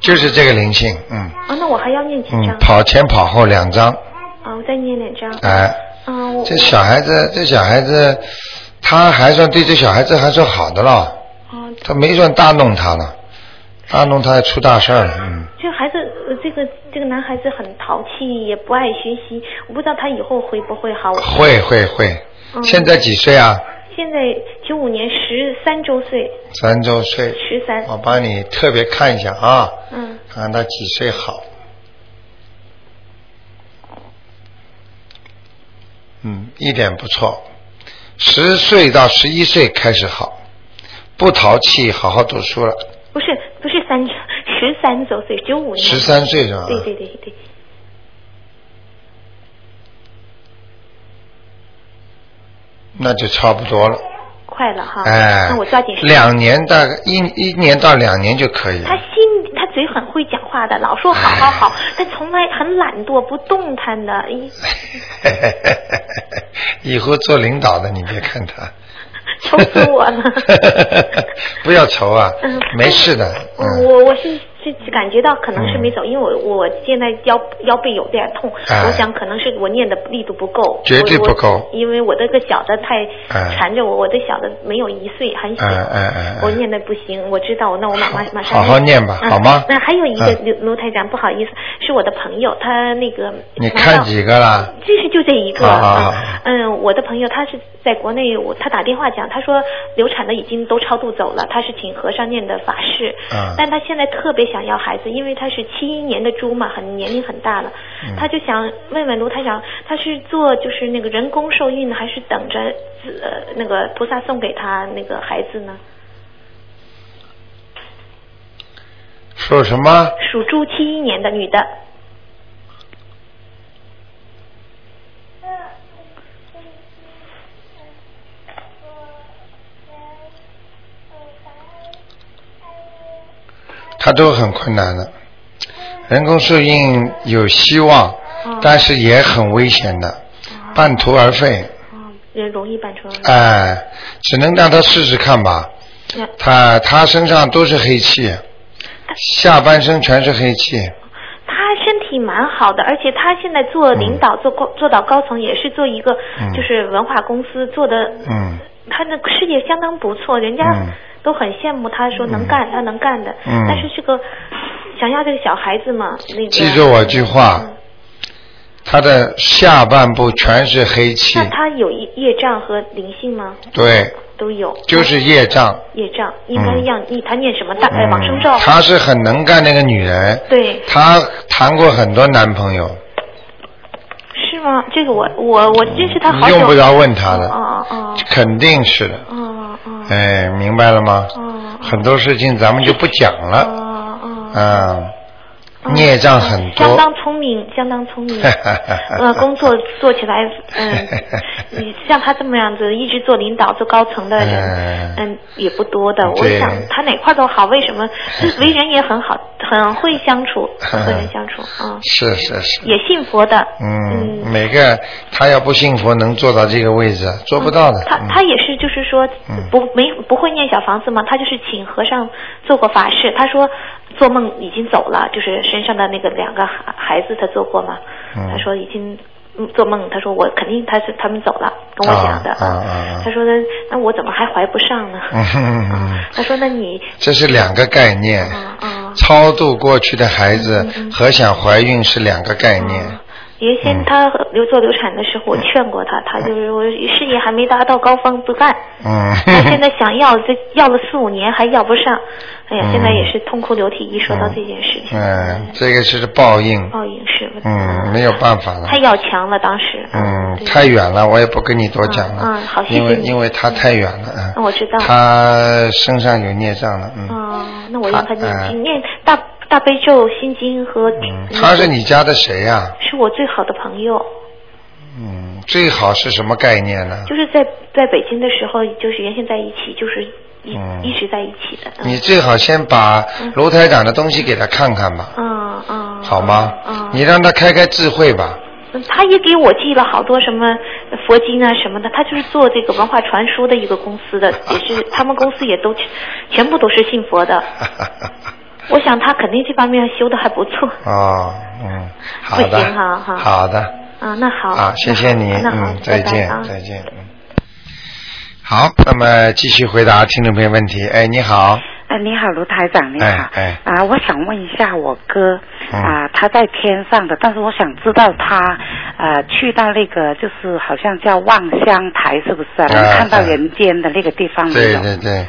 Speaker 1: 就是这个灵性，嗯
Speaker 5: 啊，那我还要念几张
Speaker 1: 嗯，？跑前跑后两张，
Speaker 5: 啊，我再念两张。
Speaker 1: 哎、
Speaker 5: 嗯，我
Speaker 1: 这小孩子，这小孩子，他还算对这小孩子还算好的了，
Speaker 5: 啊，
Speaker 1: 他没算大弄他了，大弄他还出大事儿了，嗯。
Speaker 5: 这孩子，呃这个这个男孩子很淘气，也不爱学习，我不知道他以后会不会好。
Speaker 1: 会会会，
Speaker 5: 哦嗯
Speaker 1: 现在几岁啊？
Speaker 5: 现在九五年十三周岁，
Speaker 1: 三周岁。
Speaker 5: 十三。
Speaker 1: 我帮你特别看一下啊，
Speaker 5: 嗯，
Speaker 1: 看看他几岁好。嗯，一点不错，十岁到十一岁开始好，不淘气，好好读书了。
Speaker 5: 不是不是三 十三周岁，九五年。
Speaker 1: 十。三岁是吧？
Speaker 5: 对对对对。
Speaker 1: 那就差不多了。
Speaker 5: 快了哈。
Speaker 1: 哎
Speaker 5: 那我抓紧时间。
Speaker 1: 两年大概一一年到两年就可以了
Speaker 5: 他。心，他嘴很会讲话的，老说好好好，
Speaker 1: 哎
Speaker 5: 但从来很懒惰，不动 弹的。哎 一
Speaker 1: 以后做领导的，你别看他。
Speaker 5: 愁死我了。
Speaker 1: 不要愁啊
Speaker 5: 嗯，
Speaker 1: 没事的。嗯，
Speaker 5: 我我是是感觉到可能是没走，因为我我现在腰腰背有点痛，
Speaker 1: 哎
Speaker 5: 我想可能是我念的力度不够，
Speaker 1: 绝对
Speaker 5: 我
Speaker 1: 不够
Speaker 5: 我因为我这个小的太
Speaker 1: 哎
Speaker 5: 缠着我，我的小的没有一岁，很小。
Speaker 1: 哎哎哎
Speaker 5: 我
Speaker 1: 哎，
Speaker 5: 念的不行，我知道，那我马马马上
Speaker 1: 好好念吧
Speaker 5: 嗯
Speaker 1: 好吗
Speaker 5: 那还有一个
Speaker 1: 嗯
Speaker 5: 刘卢台长，不好意思，是我的朋友，他那个
Speaker 1: 你
Speaker 5: 拿到
Speaker 1: 看几个啦？
Speaker 5: 这是就这一个。
Speaker 1: 啊啊
Speaker 5: 嗯
Speaker 1: 啊
Speaker 5: 嗯，我的朋友他是在国内，我他打电话讲，他说流产的已经都超度走了，他是请和尚念的法事，
Speaker 1: 啊
Speaker 5: 但他现在特别想要孩子，因为他是七一年的猪嘛，很年龄很大了，
Speaker 1: 嗯
Speaker 5: 他就想问问卢台长，他是做就是那个人工受孕，还是等着自呃那个菩萨送给他那个孩子呢？
Speaker 1: 说什么？
Speaker 5: 属猪七一年的女的，
Speaker 1: 他都很困难的。人工受孕有希望，
Speaker 5: 嗯
Speaker 1: 但是也很危险的，半途而废。
Speaker 5: 啊、人容易办成。
Speaker 1: 哎，只能让他试试看吧。
Speaker 5: 那
Speaker 1: 啊他他身上都是黑气，下半身全是黑气。
Speaker 5: 他身体蛮好的，而且他现在做领导，做高做到高层，也是做一个
Speaker 1: 嗯
Speaker 5: 就是文化公司做的，
Speaker 1: 嗯
Speaker 5: 他的事业相当不错，人家
Speaker 1: 嗯
Speaker 5: 都很羡慕他，说能干，他能干的，
Speaker 1: 嗯
Speaker 5: 但是是个想要这个小孩子嘛，那个
Speaker 1: 记住我一句话
Speaker 5: 嗯，
Speaker 1: 他的下半部全是黑气
Speaker 5: 那，他有业业障和灵性吗？
Speaker 1: 对，
Speaker 5: 都有，
Speaker 1: 就是业障。
Speaker 5: 业障，应该
Speaker 1: 嗯
Speaker 5: 让你他念什么大呃往生
Speaker 1: 嗯
Speaker 5: 咒，，
Speaker 1: 她是很能干那个女人，
Speaker 5: 对，
Speaker 1: 她谈过很多男朋友，
Speaker 5: 是吗？这个我我我认识他
Speaker 1: 你
Speaker 5: 好久，
Speaker 1: 用不着问她
Speaker 5: 哦
Speaker 1: 的，
Speaker 5: 哦哦
Speaker 1: 肯定是的。
Speaker 5: 哦哦
Speaker 1: 哎，明白了吗？
Speaker 5: 哦
Speaker 1: 很多事情咱们就不讲了，
Speaker 5: 哦哦。
Speaker 1: 啊，
Speaker 5: 嗯
Speaker 1: 孽障很
Speaker 5: 相
Speaker 1: 多，
Speaker 5: 当聪明，相当聪 明。呃，工作做起来，嗯， 你像他这么样子，一直做领导、做高层的人
Speaker 1: 嗯，
Speaker 5: 嗯，也不多的。我
Speaker 1: 对
Speaker 5: 想他哪块儿都好，为什么？ 就是为人也很好，很会相处，和人 相处，嗯，
Speaker 1: 是是是，
Speaker 5: 也信佛的，
Speaker 1: 嗯，每个他要不信佛能做到这个位置，做不到的。
Speaker 5: 他
Speaker 1: 嗯
Speaker 5: 他也是，就是说
Speaker 1: 嗯
Speaker 5: 不没不会念小房子嘛，他就是请和尚做过法事。他说做梦已经走了，就是身上的那个两个孩孩子他做过嘛。
Speaker 1: 嗯
Speaker 5: 他说已经嗯做梦，他说我肯定他是他们走了，跟我讲的。
Speaker 1: 啊啊啊
Speaker 5: 他说那那我怎么还怀不上呢？
Speaker 1: 嗯哼哼
Speaker 5: 他说那你
Speaker 1: 这是两个概念。
Speaker 5: 啊啊
Speaker 1: 超度过去的孩子
Speaker 5: 嗯
Speaker 1: 和想怀孕是两个概念。
Speaker 5: 原
Speaker 1: 嗯
Speaker 5: 先他流做流产的时候，我劝过他，他就是我事业还没达到高峰不干。
Speaker 1: 嗯，
Speaker 5: 他现在想要，这要了四五年还要不上，哎呀，
Speaker 1: 嗯
Speaker 5: 现在也是痛哭流涕。一说到这件事情，
Speaker 1: 嗯，这个是报应。
Speaker 5: 报应是，
Speaker 1: 嗯，没有办法了
Speaker 5: 太。要强了，当时，
Speaker 1: 嗯，
Speaker 5: 对
Speaker 1: 太远了，我也不跟你多讲了。
Speaker 5: 嗯嗯好谢谢
Speaker 1: 因为
Speaker 5: 你
Speaker 1: 因为他太远了，嗯。
Speaker 5: 嗯我知道
Speaker 1: 他身上有孽障了，嗯。
Speaker 5: 哦，那我让他念
Speaker 1: 哎
Speaker 5: 经，念大大悲咒、心经和，
Speaker 1: 嗯他是你家的谁呀、
Speaker 5: 是我最好的朋友，
Speaker 1: 嗯，最好是什么概念呢？
Speaker 5: 就是在在北京的时候，就是原先在一起，就是一
Speaker 1: 嗯
Speaker 5: 一直在一起的。嗯
Speaker 1: 你最好先把卢台长的东西给他看看吧，
Speaker 5: 嗯嗯，
Speaker 1: 好吗？
Speaker 5: 嗯，
Speaker 1: 你让他开开智慧吧。
Speaker 5: 嗯他也给我寄了好多什么佛经啊什么的，他就是做这个文化传输的一个公司的，也 是他们公司也都全部都是信佛的。我想他肯定这方面修的还不错。
Speaker 1: 哦，嗯，好
Speaker 5: 不
Speaker 1: 的，
Speaker 5: 行哈哈
Speaker 1: 好的，
Speaker 5: 啊，那好，
Speaker 1: 啊，谢谢你，
Speaker 5: 那好，
Speaker 1: 嗯，再
Speaker 5: 那好
Speaker 1: 见
Speaker 5: 拜拜，啊
Speaker 1: 再见，嗯。好，那么继续回答听众朋友问题。哎，你好，
Speaker 4: 哎，你好，卢台长，你好。
Speaker 1: 哎哎
Speaker 4: 啊，我想问一下我哥，
Speaker 1: 嗯
Speaker 4: 啊，他在天上的，但是我想知道他，呃，去到那个就是好像叫望乡台，是不是啊？
Speaker 1: 啊
Speaker 4: 能看到
Speaker 1: 啊
Speaker 4: 人间的那个地方没
Speaker 1: 对
Speaker 4: 有？
Speaker 1: 啊对对，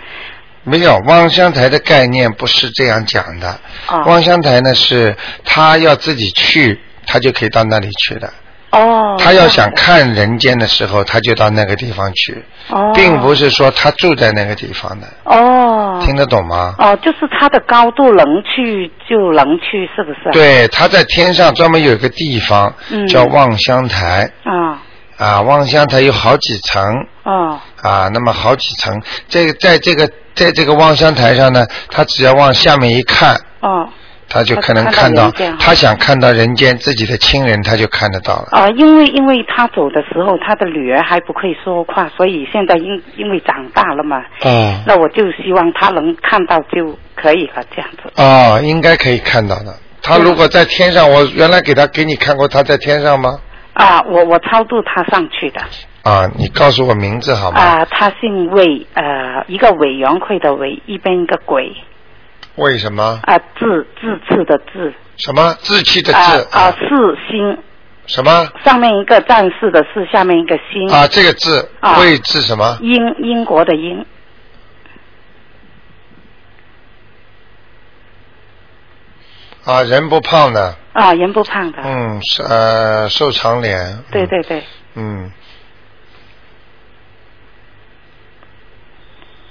Speaker 1: 没有望乡台的概念不是这样讲的。
Speaker 4: 哦
Speaker 1: 望乡台呢是他要自己去，他就可以到那里去的。
Speaker 4: 哦。
Speaker 1: 他要想看人间的时候，他就到那个地方去，
Speaker 4: 哦，
Speaker 1: 并不是说他住在那个地方的。
Speaker 4: 哦。
Speaker 1: 听得懂吗？
Speaker 4: 哦，就是他的高度能去就能去，是啊不是？。
Speaker 1: 对，他在天上专门有一个地方、
Speaker 4: 嗯
Speaker 1: 叫望乡台
Speaker 4: 啊、
Speaker 1: 啊，望乡它有好几层
Speaker 4: 哦，
Speaker 1: 啊，那么好几层，这个在这个在这个望乡台上呢，他只要往下面一看，
Speaker 4: 哦，
Speaker 1: 他就
Speaker 4: 他
Speaker 1: 可能看
Speaker 4: 看到
Speaker 1: 到
Speaker 4: 人间
Speaker 1: 他想看到人间自己的亲人，他就看得到了。
Speaker 4: 啊，因为因为他走的时候，他的女儿还不会说话，所以现在因因为长大了嘛，
Speaker 1: 啊
Speaker 4: 那我就希望他能看到就可以了，这样子。
Speaker 1: 啊，应该可以看到的。他如果在天上，我原来给他给你看过他在天上吗？
Speaker 4: 啊，我我超度他上去的。
Speaker 1: 啊，你告诉我名字好吗？
Speaker 4: 啊，他姓魏，呃，一个委员会的委，一边一个鬼，
Speaker 1: 为什么？
Speaker 4: 啊，志志次的志，
Speaker 1: 什么志气的
Speaker 4: 啊
Speaker 1: 志？
Speaker 4: 啊，是心，
Speaker 1: 什么？
Speaker 4: 上面一个战士的士，下面一个心，
Speaker 1: 啊，这个字
Speaker 4: 嗯啊
Speaker 1: 魏字什么？
Speaker 4: 英英国的英，
Speaker 1: 啊，人不胖的，
Speaker 4: 啊，人不胖的，
Speaker 1: 嗯，是呃，瘦长脸。
Speaker 4: 对对对，
Speaker 1: 嗯。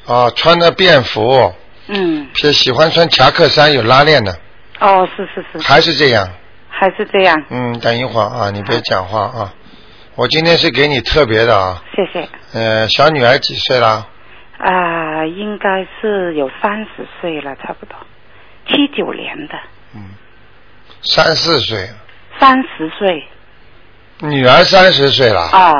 Speaker 1: 啊，穿的便服，
Speaker 4: 嗯，
Speaker 1: 偏喜欢穿夹克衫，有拉链的，
Speaker 4: 哦，是是是，
Speaker 1: 还是这样。
Speaker 4: 还是这样，
Speaker 1: 嗯，等一会儿啊，你别讲话啊。我今天是给你特别的啊，
Speaker 4: 谢谢。
Speaker 1: 呃，小女儿几岁啦？
Speaker 4: 啊，应该是有三十岁了，差不多，七九年的，
Speaker 1: 嗯三四岁，
Speaker 4: 三十岁
Speaker 1: 女儿三十岁了。
Speaker 4: 啊，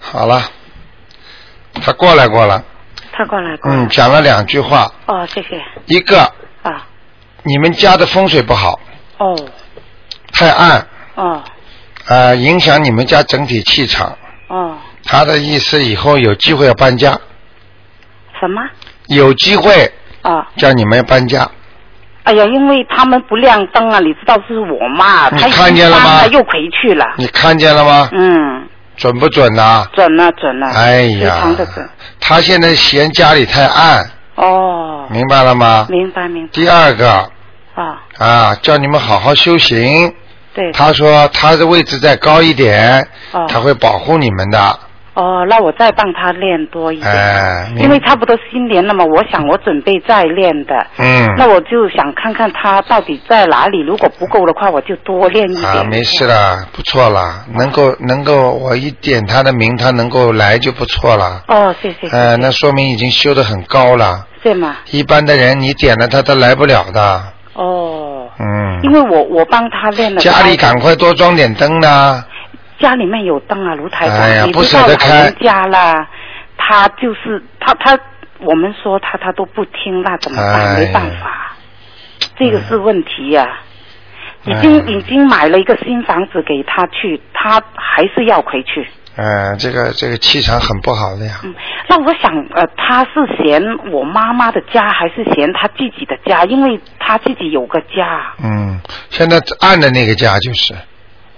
Speaker 1: 好了，她过来过了，
Speaker 4: 他过来过来，
Speaker 1: 嗯，讲了两句话，
Speaker 4: 哦，谢谢，
Speaker 1: 一个
Speaker 4: 啊，
Speaker 1: 你们家的风水不好，
Speaker 4: 哦
Speaker 1: 太暗，
Speaker 4: 哦
Speaker 1: 呃，影响你们家整体气场。
Speaker 4: 哦，
Speaker 1: 他的意思以后有机会要搬家，
Speaker 4: 什么？
Speaker 1: 有机会
Speaker 4: 啊，
Speaker 1: 叫你们搬家。
Speaker 4: 哎呀，因为他们不亮灯啊，你知道是我妈，
Speaker 1: 你
Speaker 4: 她
Speaker 1: 看见了吗
Speaker 4: 一翻又回去了，
Speaker 1: 你看见了吗？
Speaker 4: 嗯，
Speaker 1: 准不准呐、
Speaker 4: 准了准了，
Speaker 1: 哎
Speaker 4: 非
Speaker 1: 呀
Speaker 4: 常的准，，
Speaker 1: 他现在嫌家里太暗，
Speaker 4: 哦，
Speaker 1: 明白了吗？
Speaker 4: 明白明
Speaker 1: 第二个
Speaker 4: 白，啊，
Speaker 1: 啊，叫你们好好修行。
Speaker 4: 对，
Speaker 1: 他说他的位置再高一点，
Speaker 4: 嗯哦
Speaker 1: 他会保护你们的。
Speaker 4: 哦，那我再帮他练多一点，
Speaker 1: 哎，明
Speaker 4: 因为差不多新年了嘛，我想我准备再练的，那
Speaker 1: 嗯，
Speaker 4: 我就想看看他到底在哪里，如果不够的话，我就多练一点。
Speaker 1: 啊，没事啦，不错啦，能够能够，我一点他的名，他能够来就不错了。
Speaker 4: 哦，谢谢，谢
Speaker 1: 呃，那说明已经修得很高了。
Speaker 4: 谢嘛。
Speaker 1: 一般的人你点了他，他来不了的。
Speaker 4: 哦，
Speaker 1: 嗯，
Speaker 4: 因为我我帮他练了。
Speaker 1: 家里赶快多装点灯啊呐。
Speaker 4: 家里面有灯啊，卢台长，
Speaker 1: 哎呀
Speaker 4: 你
Speaker 1: 不
Speaker 4: 知
Speaker 1: 舍
Speaker 4: 道
Speaker 1: 得
Speaker 4: 老人
Speaker 1: 开
Speaker 4: 家啦，他就是他他，我们说他他都不听，那怎么办？
Speaker 1: 哎
Speaker 4: 没办法，这个是问题呀、已
Speaker 1: 哎
Speaker 4: 经已经买了一个新房子给他去，他还是要回去。
Speaker 1: 嗯，这个这个气场很不好的呀。
Speaker 4: 嗯，那我想，呃，他是嫌我妈妈的家，还是嫌他自己的家？因为他自己有个家。
Speaker 1: 嗯，现在暗的那个家就是，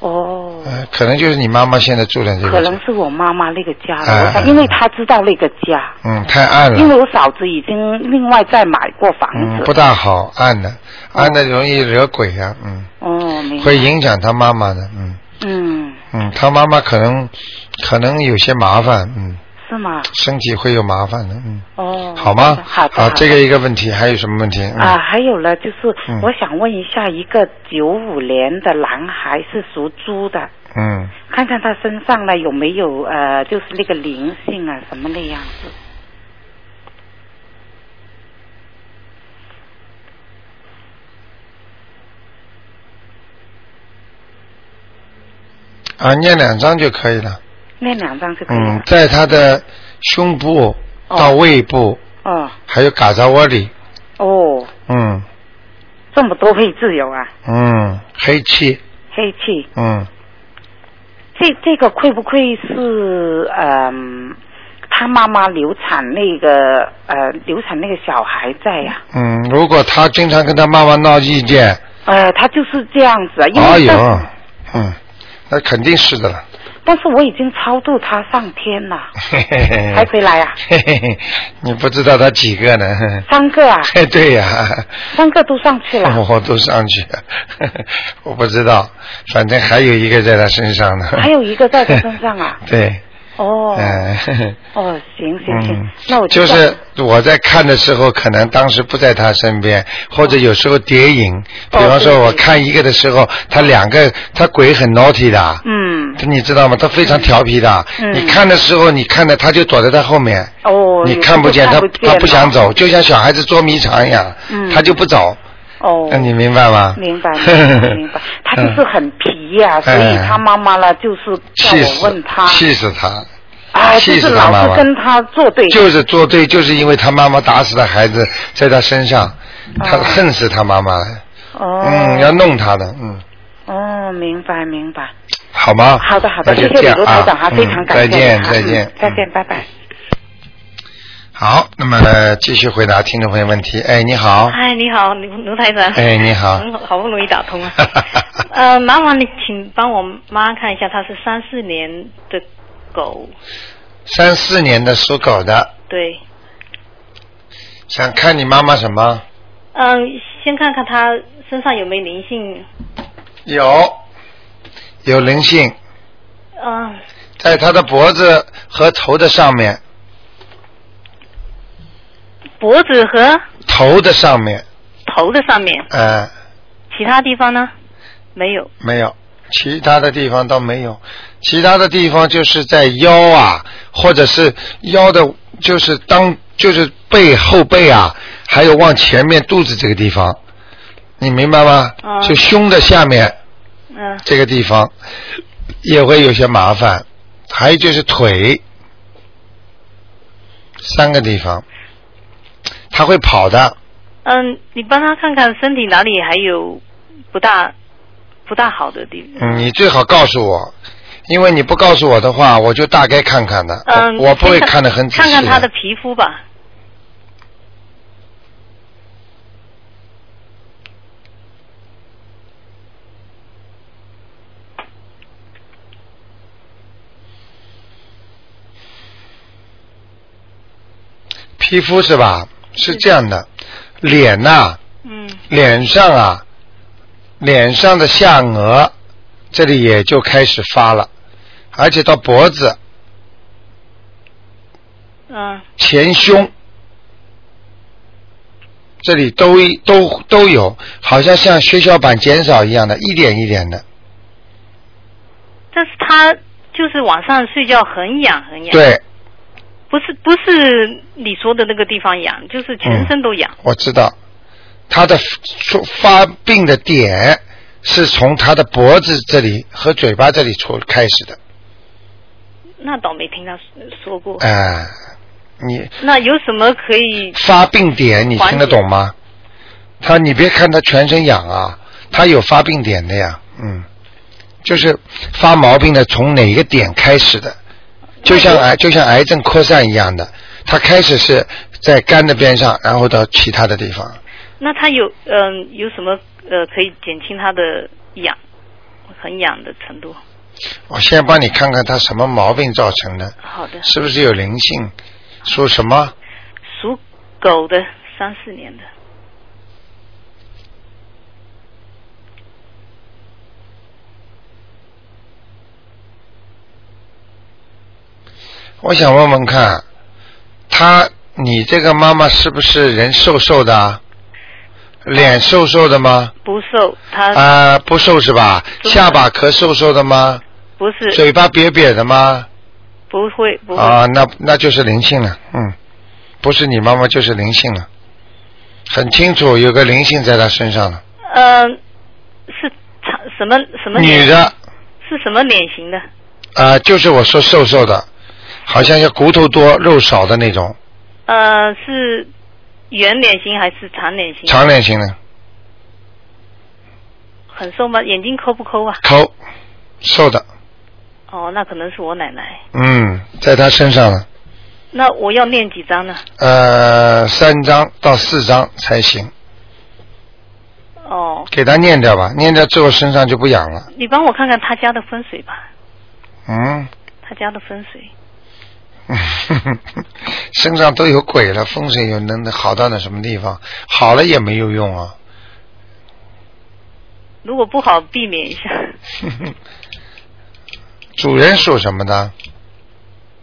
Speaker 4: 哦，
Speaker 1: 呃，可能就是你妈妈现在住的这
Speaker 4: 可
Speaker 1: 个家
Speaker 4: 能，是我妈妈那个家。
Speaker 1: 哎
Speaker 4: 我想，因为他知道那个家，
Speaker 1: 嗯，太暗
Speaker 4: 因
Speaker 1: 了，
Speaker 4: 为我嫂子已经另外再买过房
Speaker 1: 嗯，
Speaker 4: 子。
Speaker 1: 不大好，暗的，暗的容易惹鬼呀、嗯，
Speaker 4: 哦，明白。
Speaker 1: 会影响他妈妈的，嗯
Speaker 4: 嗯，
Speaker 1: 嗯，他妈妈可能可能有些麻烦，嗯，
Speaker 4: 是吗？
Speaker 1: 身体会有麻烦的，嗯，
Speaker 4: 哦。
Speaker 1: 好吗？
Speaker 4: 好的。
Speaker 1: 好，
Speaker 4: 的
Speaker 1: 这个一个问题，还有什么问题？嗯、
Speaker 4: 啊，还有呢，就是
Speaker 1: 嗯
Speaker 4: 我想问一下，一个九五年的男孩是属猪的，
Speaker 1: 嗯，
Speaker 4: 看看他身上呢有没有呃，就是那个灵性啊什么那样子。
Speaker 1: 啊，念两张就可以了，
Speaker 4: 那两张就可以
Speaker 1: 嗯
Speaker 4: 了，。
Speaker 1: 在他的胸部到胃部，
Speaker 4: 哦
Speaker 1: 还有嘎扎窝里，
Speaker 4: 哦，
Speaker 1: 嗯
Speaker 4: 这么多位置有啊，
Speaker 1: 嗯，黑气，
Speaker 4: 黑气。
Speaker 1: 嗯。
Speaker 4: 这这个会不会是嗯、他妈妈流产那个呃流产那个小孩在呀、
Speaker 1: 嗯，如果他经常跟他妈妈闹意见，
Speaker 4: 呃，他就是这样子啊，因
Speaker 1: 哎
Speaker 4: 为
Speaker 1: 呦
Speaker 4: 这、，
Speaker 1: 嗯，那肯定是的了。
Speaker 4: 但是我已经超度他上天了，
Speaker 1: 嘿嘿嘿
Speaker 4: 还回来啊？
Speaker 1: 嘿嘿嘿，你不知道他几个呢？
Speaker 4: 三个啊，
Speaker 1: 嘿， 对呀、
Speaker 4: 三个都上去了，
Speaker 1: 我都上去 了，我不知道，反正还有一个在他身上呢。。
Speaker 4: 还有一个在他身上啊
Speaker 1: 对，
Speaker 4: 哦
Speaker 1: 嗯、
Speaker 4: 哦，行行行
Speaker 1: 嗯，
Speaker 4: 那我
Speaker 1: 就是
Speaker 4: 知
Speaker 1: 我在看的时候，可能当时不在他身边，或者有时候叠影。比
Speaker 4: 哦
Speaker 1: 方说，
Speaker 4: 对
Speaker 1: 我看一个的时候，他两个，他鬼很 naughty 的
Speaker 4: 道，嗯
Speaker 1: 你知道吗？他非常调皮的。
Speaker 4: 嗯
Speaker 1: 你看的时候，你看的他就躲在他后面，
Speaker 4: 哦，
Speaker 1: 你
Speaker 4: 有时
Speaker 1: 看
Speaker 4: 候
Speaker 1: 不见
Speaker 4: 看
Speaker 1: 他，他
Speaker 4: 见
Speaker 1: 不想
Speaker 4: 了
Speaker 1: 走，就像小孩子捉迷藏一样，
Speaker 4: 嗯
Speaker 1: 他就不走。
Speaker 4: 哦，
Speaker 1: 那你明白吗？，
Speaker 4: 明白明白明白 他就是很皮呀、所以
Speaker 1: 嗯哎
Speaker 4: 他妈妈呢，就是叫
Speaker 1: 气
Speaker 4: 我
Speaker 1: 死
Speaker 4: 问他，
Speaker 1: 气死他，
Speaker 4: 啊，就
Speaker 1: 气
Speaker 4: 是
Speaker 1: 死他妈
Speaker 4: 老
Speaker 1: 妈
Speaker 4: 是跟他作对，
Speaker 1: 就是作对，就是因为他妈妈打死的孩子在他身上，他
Speaker 4: 哦
Speaker 1: 恨死他妈妈了，
Speaker 4: 哦、
Speaker 1: 嗯，要弄他的，嗯，
Speaker 4: 哦，明白明白，
Speaker 1: 好吗？
Speaker 4: 好的好的，
Speaker 1: 啊那
Speaker 4: 谢
Speaker 1: 就
Speaker 4: 谢
Speaker 1: 这
Speaker 4: 李
Speaker 1: 样
Speaker 4: 卢台长
Speaker 1: 啊
Speaker 4: 哈，，非常
Speaker 1: 嗯
Speaker 4: 感
Speaker 1: 再
Speaker 4: 谢
Speaker 1: 见
Speaker 4: 你啊
Speaker 1: 再见
Speaker 4: 嗯再见，拜拜。
Speaker 1: 好，那么继续回答听众朋友问题。哎，你好，
Speaker 5: 嗨，你好，卢卢台长。
Speaker 1: 哎，你好，
Speaker 5: 嗯好不容易打 通啊。呃，麻烦你请帮我妈看一下，她是三四年的狗，
Speaker 1: 三四年的属狗的，
Speaker 5: 对。
Speaker 1: 想看你妈妈什么？
Speaker 5: 嗯、先看看她身上有没有灵性。
Speaker 1: 有，有灵性，
Speaker 5: 嗯、
Speaker 1: 在她的脖子和头的上面，
Speaker 5: 脖子和
Speaker 1: 头的上面，
Speaker 5: 头的上面，
Speaker 1: 嗯、
Speaker 5: 其他地方呢？没有。
Speaker 1: 没有，其他的地方倒没有，其他的地方就是在腰啊，或者是腰的，就是当就是背后背啊，还有往前面肚子这个地方，你明白吗？
Speaker 5: 嗯
Speaker 1: 就胸的下面
Speaker 5: 嗯、
Speaker 1: 这个地方也会有些麻烦，还有就是腿三个地方，他会跑的，
Speaker 5: 嗯、你帮她看看身体哪里还有不大不大好的地方。
Speaker 1: 嗯你最好告诉我，因为你不告诉我的话，我就大概看看的。
Speaker 5: 嗯、
Speaker 1: 我我不会
Speaker 5: 先
Speaker 1: 看得很仔细啊
Speaker 5: 看看她的皮肤吧。
Speaker 1: 皮肤是吧？是这样的，脸呐、
Speaker 5: 嗯
Speaker 1: 脸上啊，脸上的下颚这里也就开始发了，而且到脖子、
Speaker 5: 嗯
Speaker 1: 前胸这里都都都有，好像像血小板减少一样的，一点一点的。
Speaker 5: 但是他就是晚上睡觉很痒很痒，，
Speaker 1: 对，
Speaker 5: 不是不是你说的那个地方痒，就是全身都痒。
Speaker 1: 我知道，他的出发病的点是从他的脖子这里和嘴巴这里出开始的。
Speaker 5: 那倒没听他说说过。
Speaker 1: 嗯哎、你
Speaker 5: 那有什么可以？
Speaker 1: 发病点你听得懂吗？他，你别看他全身痒啊，他有发病点的呀，嗯，就是发毛病的从哪个点开始的，就像癌就像癌症扩散一样的，它开始是在肝的边上，然后到其他的地方。
Speaker 5: 那他有嗯、有什么呃可以减轻他的痒，很痒的程度？
Speaker 1: 我先帮你看看他什么毛病造成的，
Speaker 5: 好的，
Speaker 1: 是不是有灵性？属什么？
Speaker 5: 属狗的，三四年的。
Speaker 1: 我想问问看，他你这个妈妈是不是人瘦瘦的啊？脸瘦瘦的吗？
Speaker 5: 不瘦，
Speaker 1: 啊、
Speaker 5: 他
Speaker 1: 不瘦是吧？
Speaker 5: 呃不是
Speaker 1: 下巴壳瘦瘦的吗？
Speaker 5: 不是
Speaker 1: 嘴巴瘪瘪的吗？
Speaker 5: 不会不会，
Speaker 1: 啊，那那就是灵性了，嗯，不是你妈妈就是灵性了，很清楚有个灵性在她身上了，
Speaker 5: 嗯、是长什么什么
Speaker 1: 女
Speaker 5: 脸
Speaker 1: 的，
Speaker 5: 是什么脸型的？
Speaker 1: 啊，就是我说瘦瘦的，好像是骨头多肉少的那种，
Speaker 5: 呃，是圆脸型还是长脸型？
Speaker 1: 长脸型的，
Speaker 5: 很瘦吗？眼睛抠不抠啊？
Speaker 1: 头瘦的，
Speaker 5: 哦，那可能是我奶奶。
Speaker 1: 嗯，在她身上了，
Speaker 5: 那我要念几张呢？
Speaker 1: 呃，三张到四张才行，
Speaker 5: 哦，
Speaker 1: 给她念掉吧，念掉之后身上就不痒了，
Speaker 5: 你帮我看看他家的风水吧。
Speaker 1: 嗯，
Speaker 6: 他家的风水。
Speaker 1: 身上都有鬼了，风水又能好到那什么地方？好了也没有用啊。
Speaker 6: 如果不好，避免一下。
Speaker 1: 主人属什么的？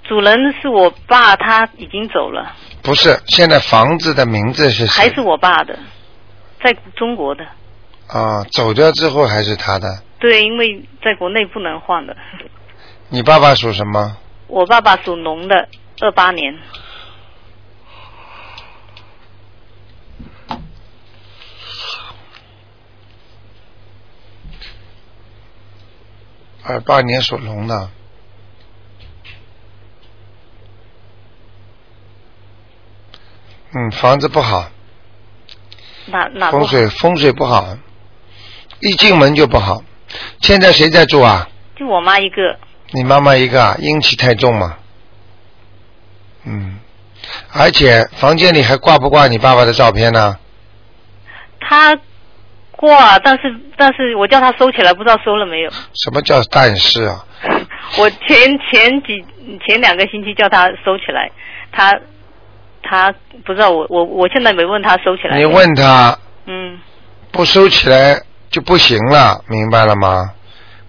Speaker 6: 主人是我爸，他已经走了，
Speaker 1: 不是，现在房子的名字是
Speaker 6: 还
Speaker 1: 谁
Speaker 6: 是我爸的，在中国的。
Speaker 1: 啊、走掉之后还是他的。
Speaker 6: 对，因为在国内不能换的。
Speaker 1: 你爸爸属什么？
Speaker 6: 我爸爸属龙的，二八年。
Speaker 1: 二八年属龙的。嗯，房子不好，
Speaker 6: 哪哪啊不
Speaker 1: 风
Speaker 6: 好？
Speaker 1: 水风水不好，一进门就不好。现在谁在住啊？
Speaker 6: 就我妈一个，
Speaker 1: 你妈妈一个啊，阴气太重嘛。嗯，而且房间里还挂不挂你爸爸的照片呢？
Speaker 6: 她挂，但是但是我叫她收起来，不知道收了没有。
Speaker 1: 什么叫但是啊？
Speaker 6: 我前前几前两个星期叫她收起来，她她不知道我我我现在没问她收起来。
Speaker 1: 你问他
Speaker 6: 嗯，
Speaker 1: 不收起来就不行了，明白了吗？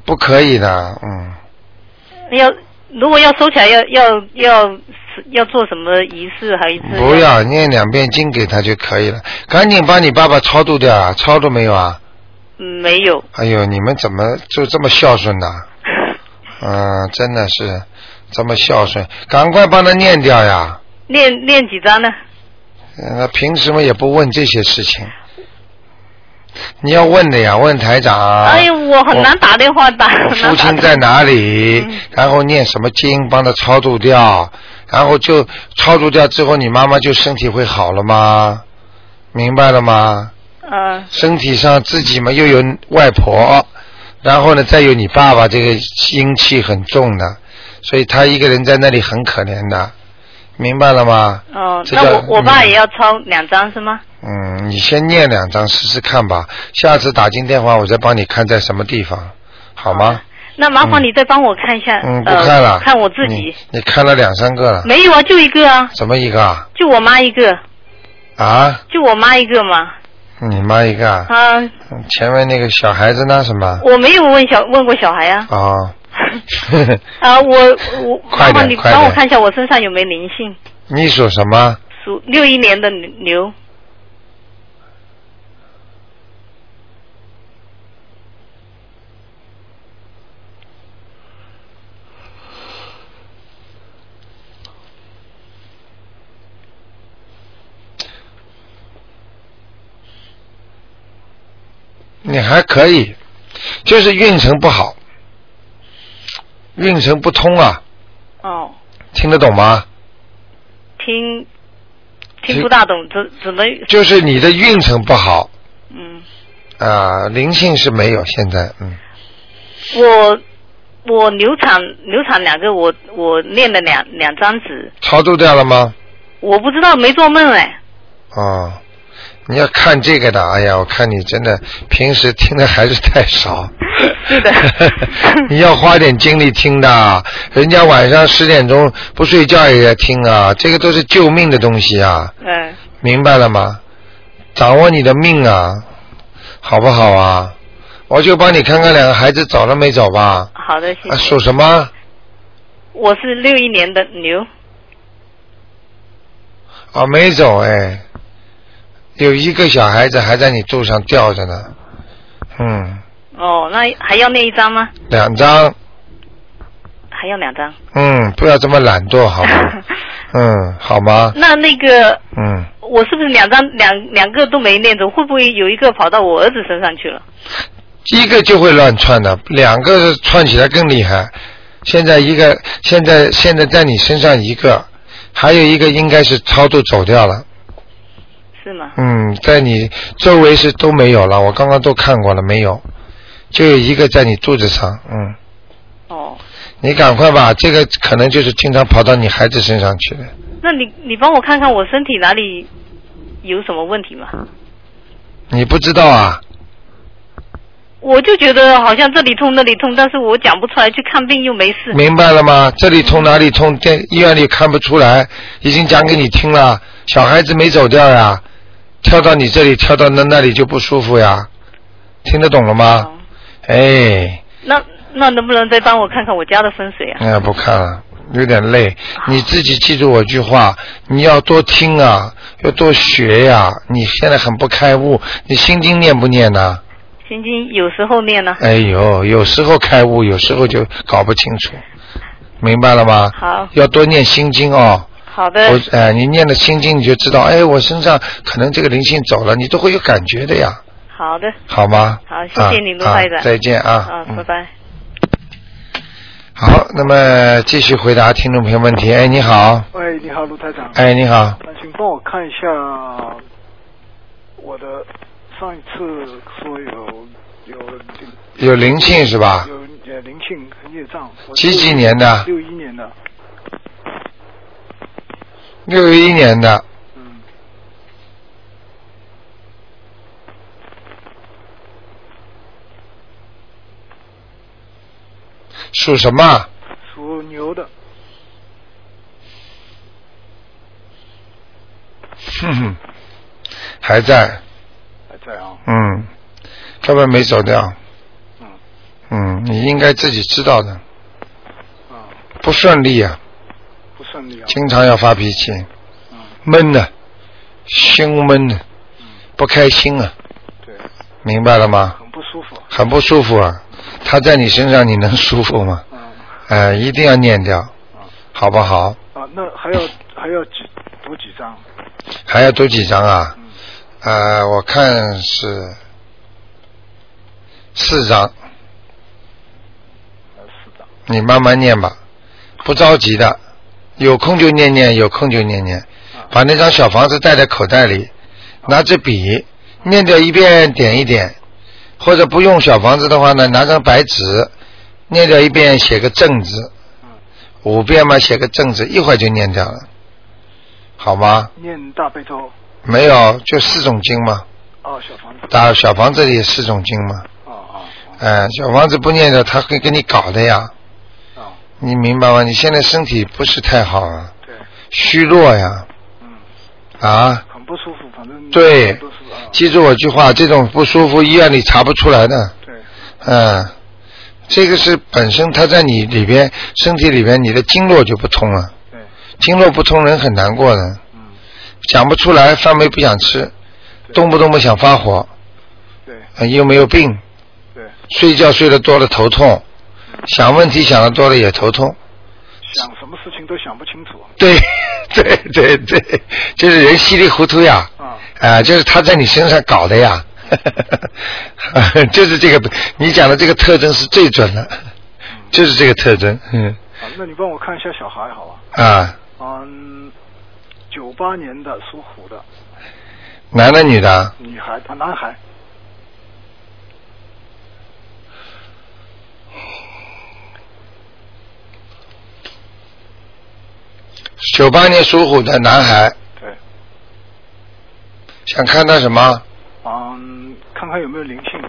Speaker 1: 不可以的，嗯。
Speaker 6: 要如果要收起来，要要要要做什么仪式还是？
Speaker 1: 不要念两遍经给他就可以了，赶紧把你爸爸超度掉啊！超度没有啊？
Speaker 6: 嗯没有，
Speaker 1: 哎呦，你们怎么就这么孝顺呐、嗯，真的是这么孝顺，赶快帮他念掉呀！
Speaker 6: 练练几张呢？
Speaker 1: 嗯他平时嘛也不问这些事情，你要问的呀，问台长。
Speaker 6: 哎呦，我很难打电话打。很
Speaker 1: 啊父
Speaker 6: 难打
Speaker 1: 亲在哪里，
Speaker 6: 嗯
Speaker 1: 然后念什么经帮他超度掉，然后就超度掉之后，你妈妈就身体会好了吗？明白了吗？
Speaker 6: 嗯，
Speaker 1: 身体上自己嘛又有外婆，然后呢再有你爸爸，这个阴气很重的，所以他一个人在那里很可怜的，明白了吗？
Speaker 6: 哦，
Speaker 1: 这
Speaker 6: 那
Speaker 1: 个
Speaker 6: 我我爸
Speaker 1: 嗯
Speaker 6: 也要抄两张是吗？
Speaker 1: 嗯，你先念两张试试看吧，下次打进电话我再帮你看在什么地方，好吗？
Speaker 6: 那麻烦
Speaker 1: 嗯
Speaker 6: 你再帮我看一下，
Speaker 1: 嗯，不
Speaker 6: 呃，
Speaker 1: 看了，嗯
Speaker 6: 看我自己。
Speaker 1: 你。你看了两三个了，
Speaker 6: 没有啊，就一个啊，
Speaker 1: 怎么一个啊？
Speaker 6: 就我妈一个，
Speaker 1: 啊，
Speaker 6: 就我妈一个嘛。
Speaker 1: 你妈一个啊？
Speaker 6: 啊，
Speaker 1: 嗯前面那个小孩子呢？什么？
Speaker 6: 我没有问小问过小孩啊。
Speaker 1: 哦，
Speaker 6: 啊，我我
Speaker 1: 快
Speaker 6: 麻
Speaker 1: 点
Speaker 6: 烦你
Speaker 1: 快点
Speaker 6: 帮我看一下我身上有没有灵性，
Speaker 1: 你属什么？
Speaker 6: 属六一年的牛。
Speaker 1: 你还可以，就是运程不好，运程不通啊，
Speaker 6: 哦，
Speaker 1: 听得懂吗？
Speaker 6: 听听不大懂，只只能
Speaker 1: 就是你的运程不好
Speaker 6: 嗯，
Speaker 1: 啊、灵性是没有，现在嗯，
Speaker 6: 我我流产流产两个，我我练了两两张纸，
Speaker 1: 超度掉了吗？
Speaker 6: 我不知道没做梦哎。
Speaker 1: 哦，你要看这个的，哎呀，我看你真的平时听的还是太少。
Speaker 6: 是的，
Speaker 1: 你要花点精力听的，人家晚上十点钟不睡觉也在听啊，这个都是救命的东西啊，
Speaker 6: 嗯，
Speaker 1: 明白了吗？掌握你的命啊，好不好啊？我就帮你看看两个孩子找了没找吧。
Speaker 6: 好的，谢
Speaker 1: 啊，
Speaker 6: 谢。
Speaker 1: 属什么？
Speaker 6: 我是六一年的牛，
Speaker 1: 啊，没走哎，有一个小孩子还在你肚上吊着呢。嗯，
Speaker 6: 哦，那还要那一张吗？
Speaker 1: 两张，
Speaker 6: 还要两张。
Speaker 1: 嗯，不要这么懒惰，好吗？嗯，好吗？
Speaker 6: 那那个
Speaker 1: 嗯。
Speaker 6: 我是不是两张两两个都没练着？会不会有一个跑到我儿子身上去了？
Speaker 1: 一个就会乱窜的，两个窜起来更厉害。现在一个，现在现在在你身上一个，还有一个应该是超度走掉了。
Speaker 6: 是吗？
Speaker 1: 嗯，在你周围是都没有了，我刚刚都看过了，没有，就有一个在你肚子上。嗯，
Speaker 6: 哦，
Speaker 1: 你赶快吧，这个可能就是经常跑到你孩子身上去了。
Speaker 6: 那你你帮我看看我身体哪里有什么问题吗？
Speaker 1: 你不知道啊？
Speaker 7: 我就觉得好像这里痛那里痛，但是我讲不出来，去看病又没事。
Speaker 1: 明白了吗？这里痛哪里痛，在医院里看不出来，已经讲给你听了。小孩子没走掉呀，跳到你这里，跳到那那里就不舒服呀，听得懂了吗？
Speaker 6: 哦
Speaker 1: 哎，
Speaker 7: 那那能不能再帮我看看我家的风水啊？
Speaker 1: 哎呀，不看了，有点累。你自己记住我句话，你要多听啊，要多学呀、你现在很不开悟，你心经念不念呢、
Speaker 7: 心经有时候念呢。
Speaker 1: 哎呦，有时候开悟，有时候就搞不清楚，明白了吗？
Speaker 7: 好
Speaker 1: 要多念心经哦。
Speaker 7: 好的，
Speaker 1: 我哎，你念了心经，你就知道，哎，我身上可能这个灵性走了，你都会有感觉的呀，
Speaker 7: 好的，
Speaker 1: 好吗？
Speaker 7: 好，谢谢你，卢
Speaker 1: 啊
Speaker 7: 台长。
Speaker 1: 啊再见啊。
Speaker 7: 啊，拜拜。
Speaker 1: 好，那么继续回答听众朋友问题。哎，你好，
Speaker 8: 喂，你好，卢台长。
Speaker 1: 哎，你好，
Speaker 8: 呃，请帮我看一下我的上一次说有有
Speaker 1: 有灵性是吧？
Speaker 8: 有呃灵性业障。我
Speaker 1: 几
Speaker 8: 是
Speaker 1: 几年的
Speaker 8: 六一年的，
Speaker 1: 六一年的，
Speaker 8: 嗯，
Speaker 1: 属什么？
Speaker 8: 属牛的，
Speaker 1: 哼哼，还在，
Speaker 8: 还在啊。
Speaker 1: 嗯，根本没走掉。
Speaker 8: 嗯
Speaker 1: 嗯，你应该自己知道的，
Speaker 8: 啊，
Speaker 1: 不顺利啊，
Speaker 8: 不顺利啊。
Speaker 1: 经常要发脾气，
Speaker 8: 嗯，
Speaker 1: 闷的，胸闷的，不开心啊，
Speaker 8: 对，
Speaker 1: 明白了吗？
Speaker 8: 很不舒服。
Speaker 1: 很不舒服啊，他在你身上你能舒服吗？
Speaker 8: 嗯，
Speaker 1: 呃，一定要念掉，好不好？
Speaker 8: 啊，那还 要还要几读几张？
Speaker 1: 还要读几张啊？
Speaker 8: 嗯，
Speaker 1: 呃，我看是四张，
Speaker 8: 还有呃四张。
Speaker 1: 你慢慢念吧，不着急的，有空就念念，有空就念念，把那张小房子带在口袋里，拿支笔念掉一遍点一点，或者不用小房子的话呢，拿张白纸念掉一遍，写个正字，五遍嘛写个正字，一会儿就念掉了，好吗？
Speaker 8: 念大悲咒，
Speaker 1: 没有，就四种经嘛，
Speaker 8: 啊，小房子。
Speaker 1: 打小房子里四种经嘛，
Speaker 8: 啊啊
Speaker 1: 哎、小房子不念的，他会给你搞的呀，
Speaker 8: 啊啊！
Speaker 1: 你明白吗？你现在身体不是太好啊。
Speaker 8: 对，
Speaker 1: 虚弱呀，
Speaker 8: 嗯，
Speaker 1: 啊，
Speaker 8: 很不舒服，反正
Speaker 1: 对
Speaker 8: 都是啊，
Speaker 1: 记住我句话，这种不舒服医院里查不出来的，
Speaker 8: 对，
Speaker 1: 嗯，这个是本身它在你里边身体里边，你的经络就不通了，
Speaker 8: 对，
Speaker 1: 经络不通人很难过的，
Speaker 8: 嗯，
Speaker 1: 讲不出来，饭没不想吃，
Speaker 8: 对
Speaker 1: 动不动不想发火，
Speaker 8: 对
Speaker 1: 呃又没有病，
Speaker 8: 对，
Speaker 1: 睡觉睡得多了头痛，想问题想得多了也头痛，
Speaker 8: 想什么事情都想不清楚
Speaker 1: 对对对对，就是人稀里糊涂呀，
Speaker 8: 啊，
Speaker 1: 啊，就是他在你身上搞的呀， 就是这个，你讲的这个特征是最准的，就是这个特征，嗯，
Speaker 8: 啊，那你帮我看一下小孩好吧？
Speaker 1: 啊，
Speaker 8: 嗯，九八年的属虎的
Speaker 1: 男的女的啊，
Speaker 8: 女孩，啊，男孩，
Speaker 1: 九八年属虎的男孩，
Speaker 8: 对，
Speaker 1: 想看他什么？
Speaker 8: 嗯，看看有没有灵性，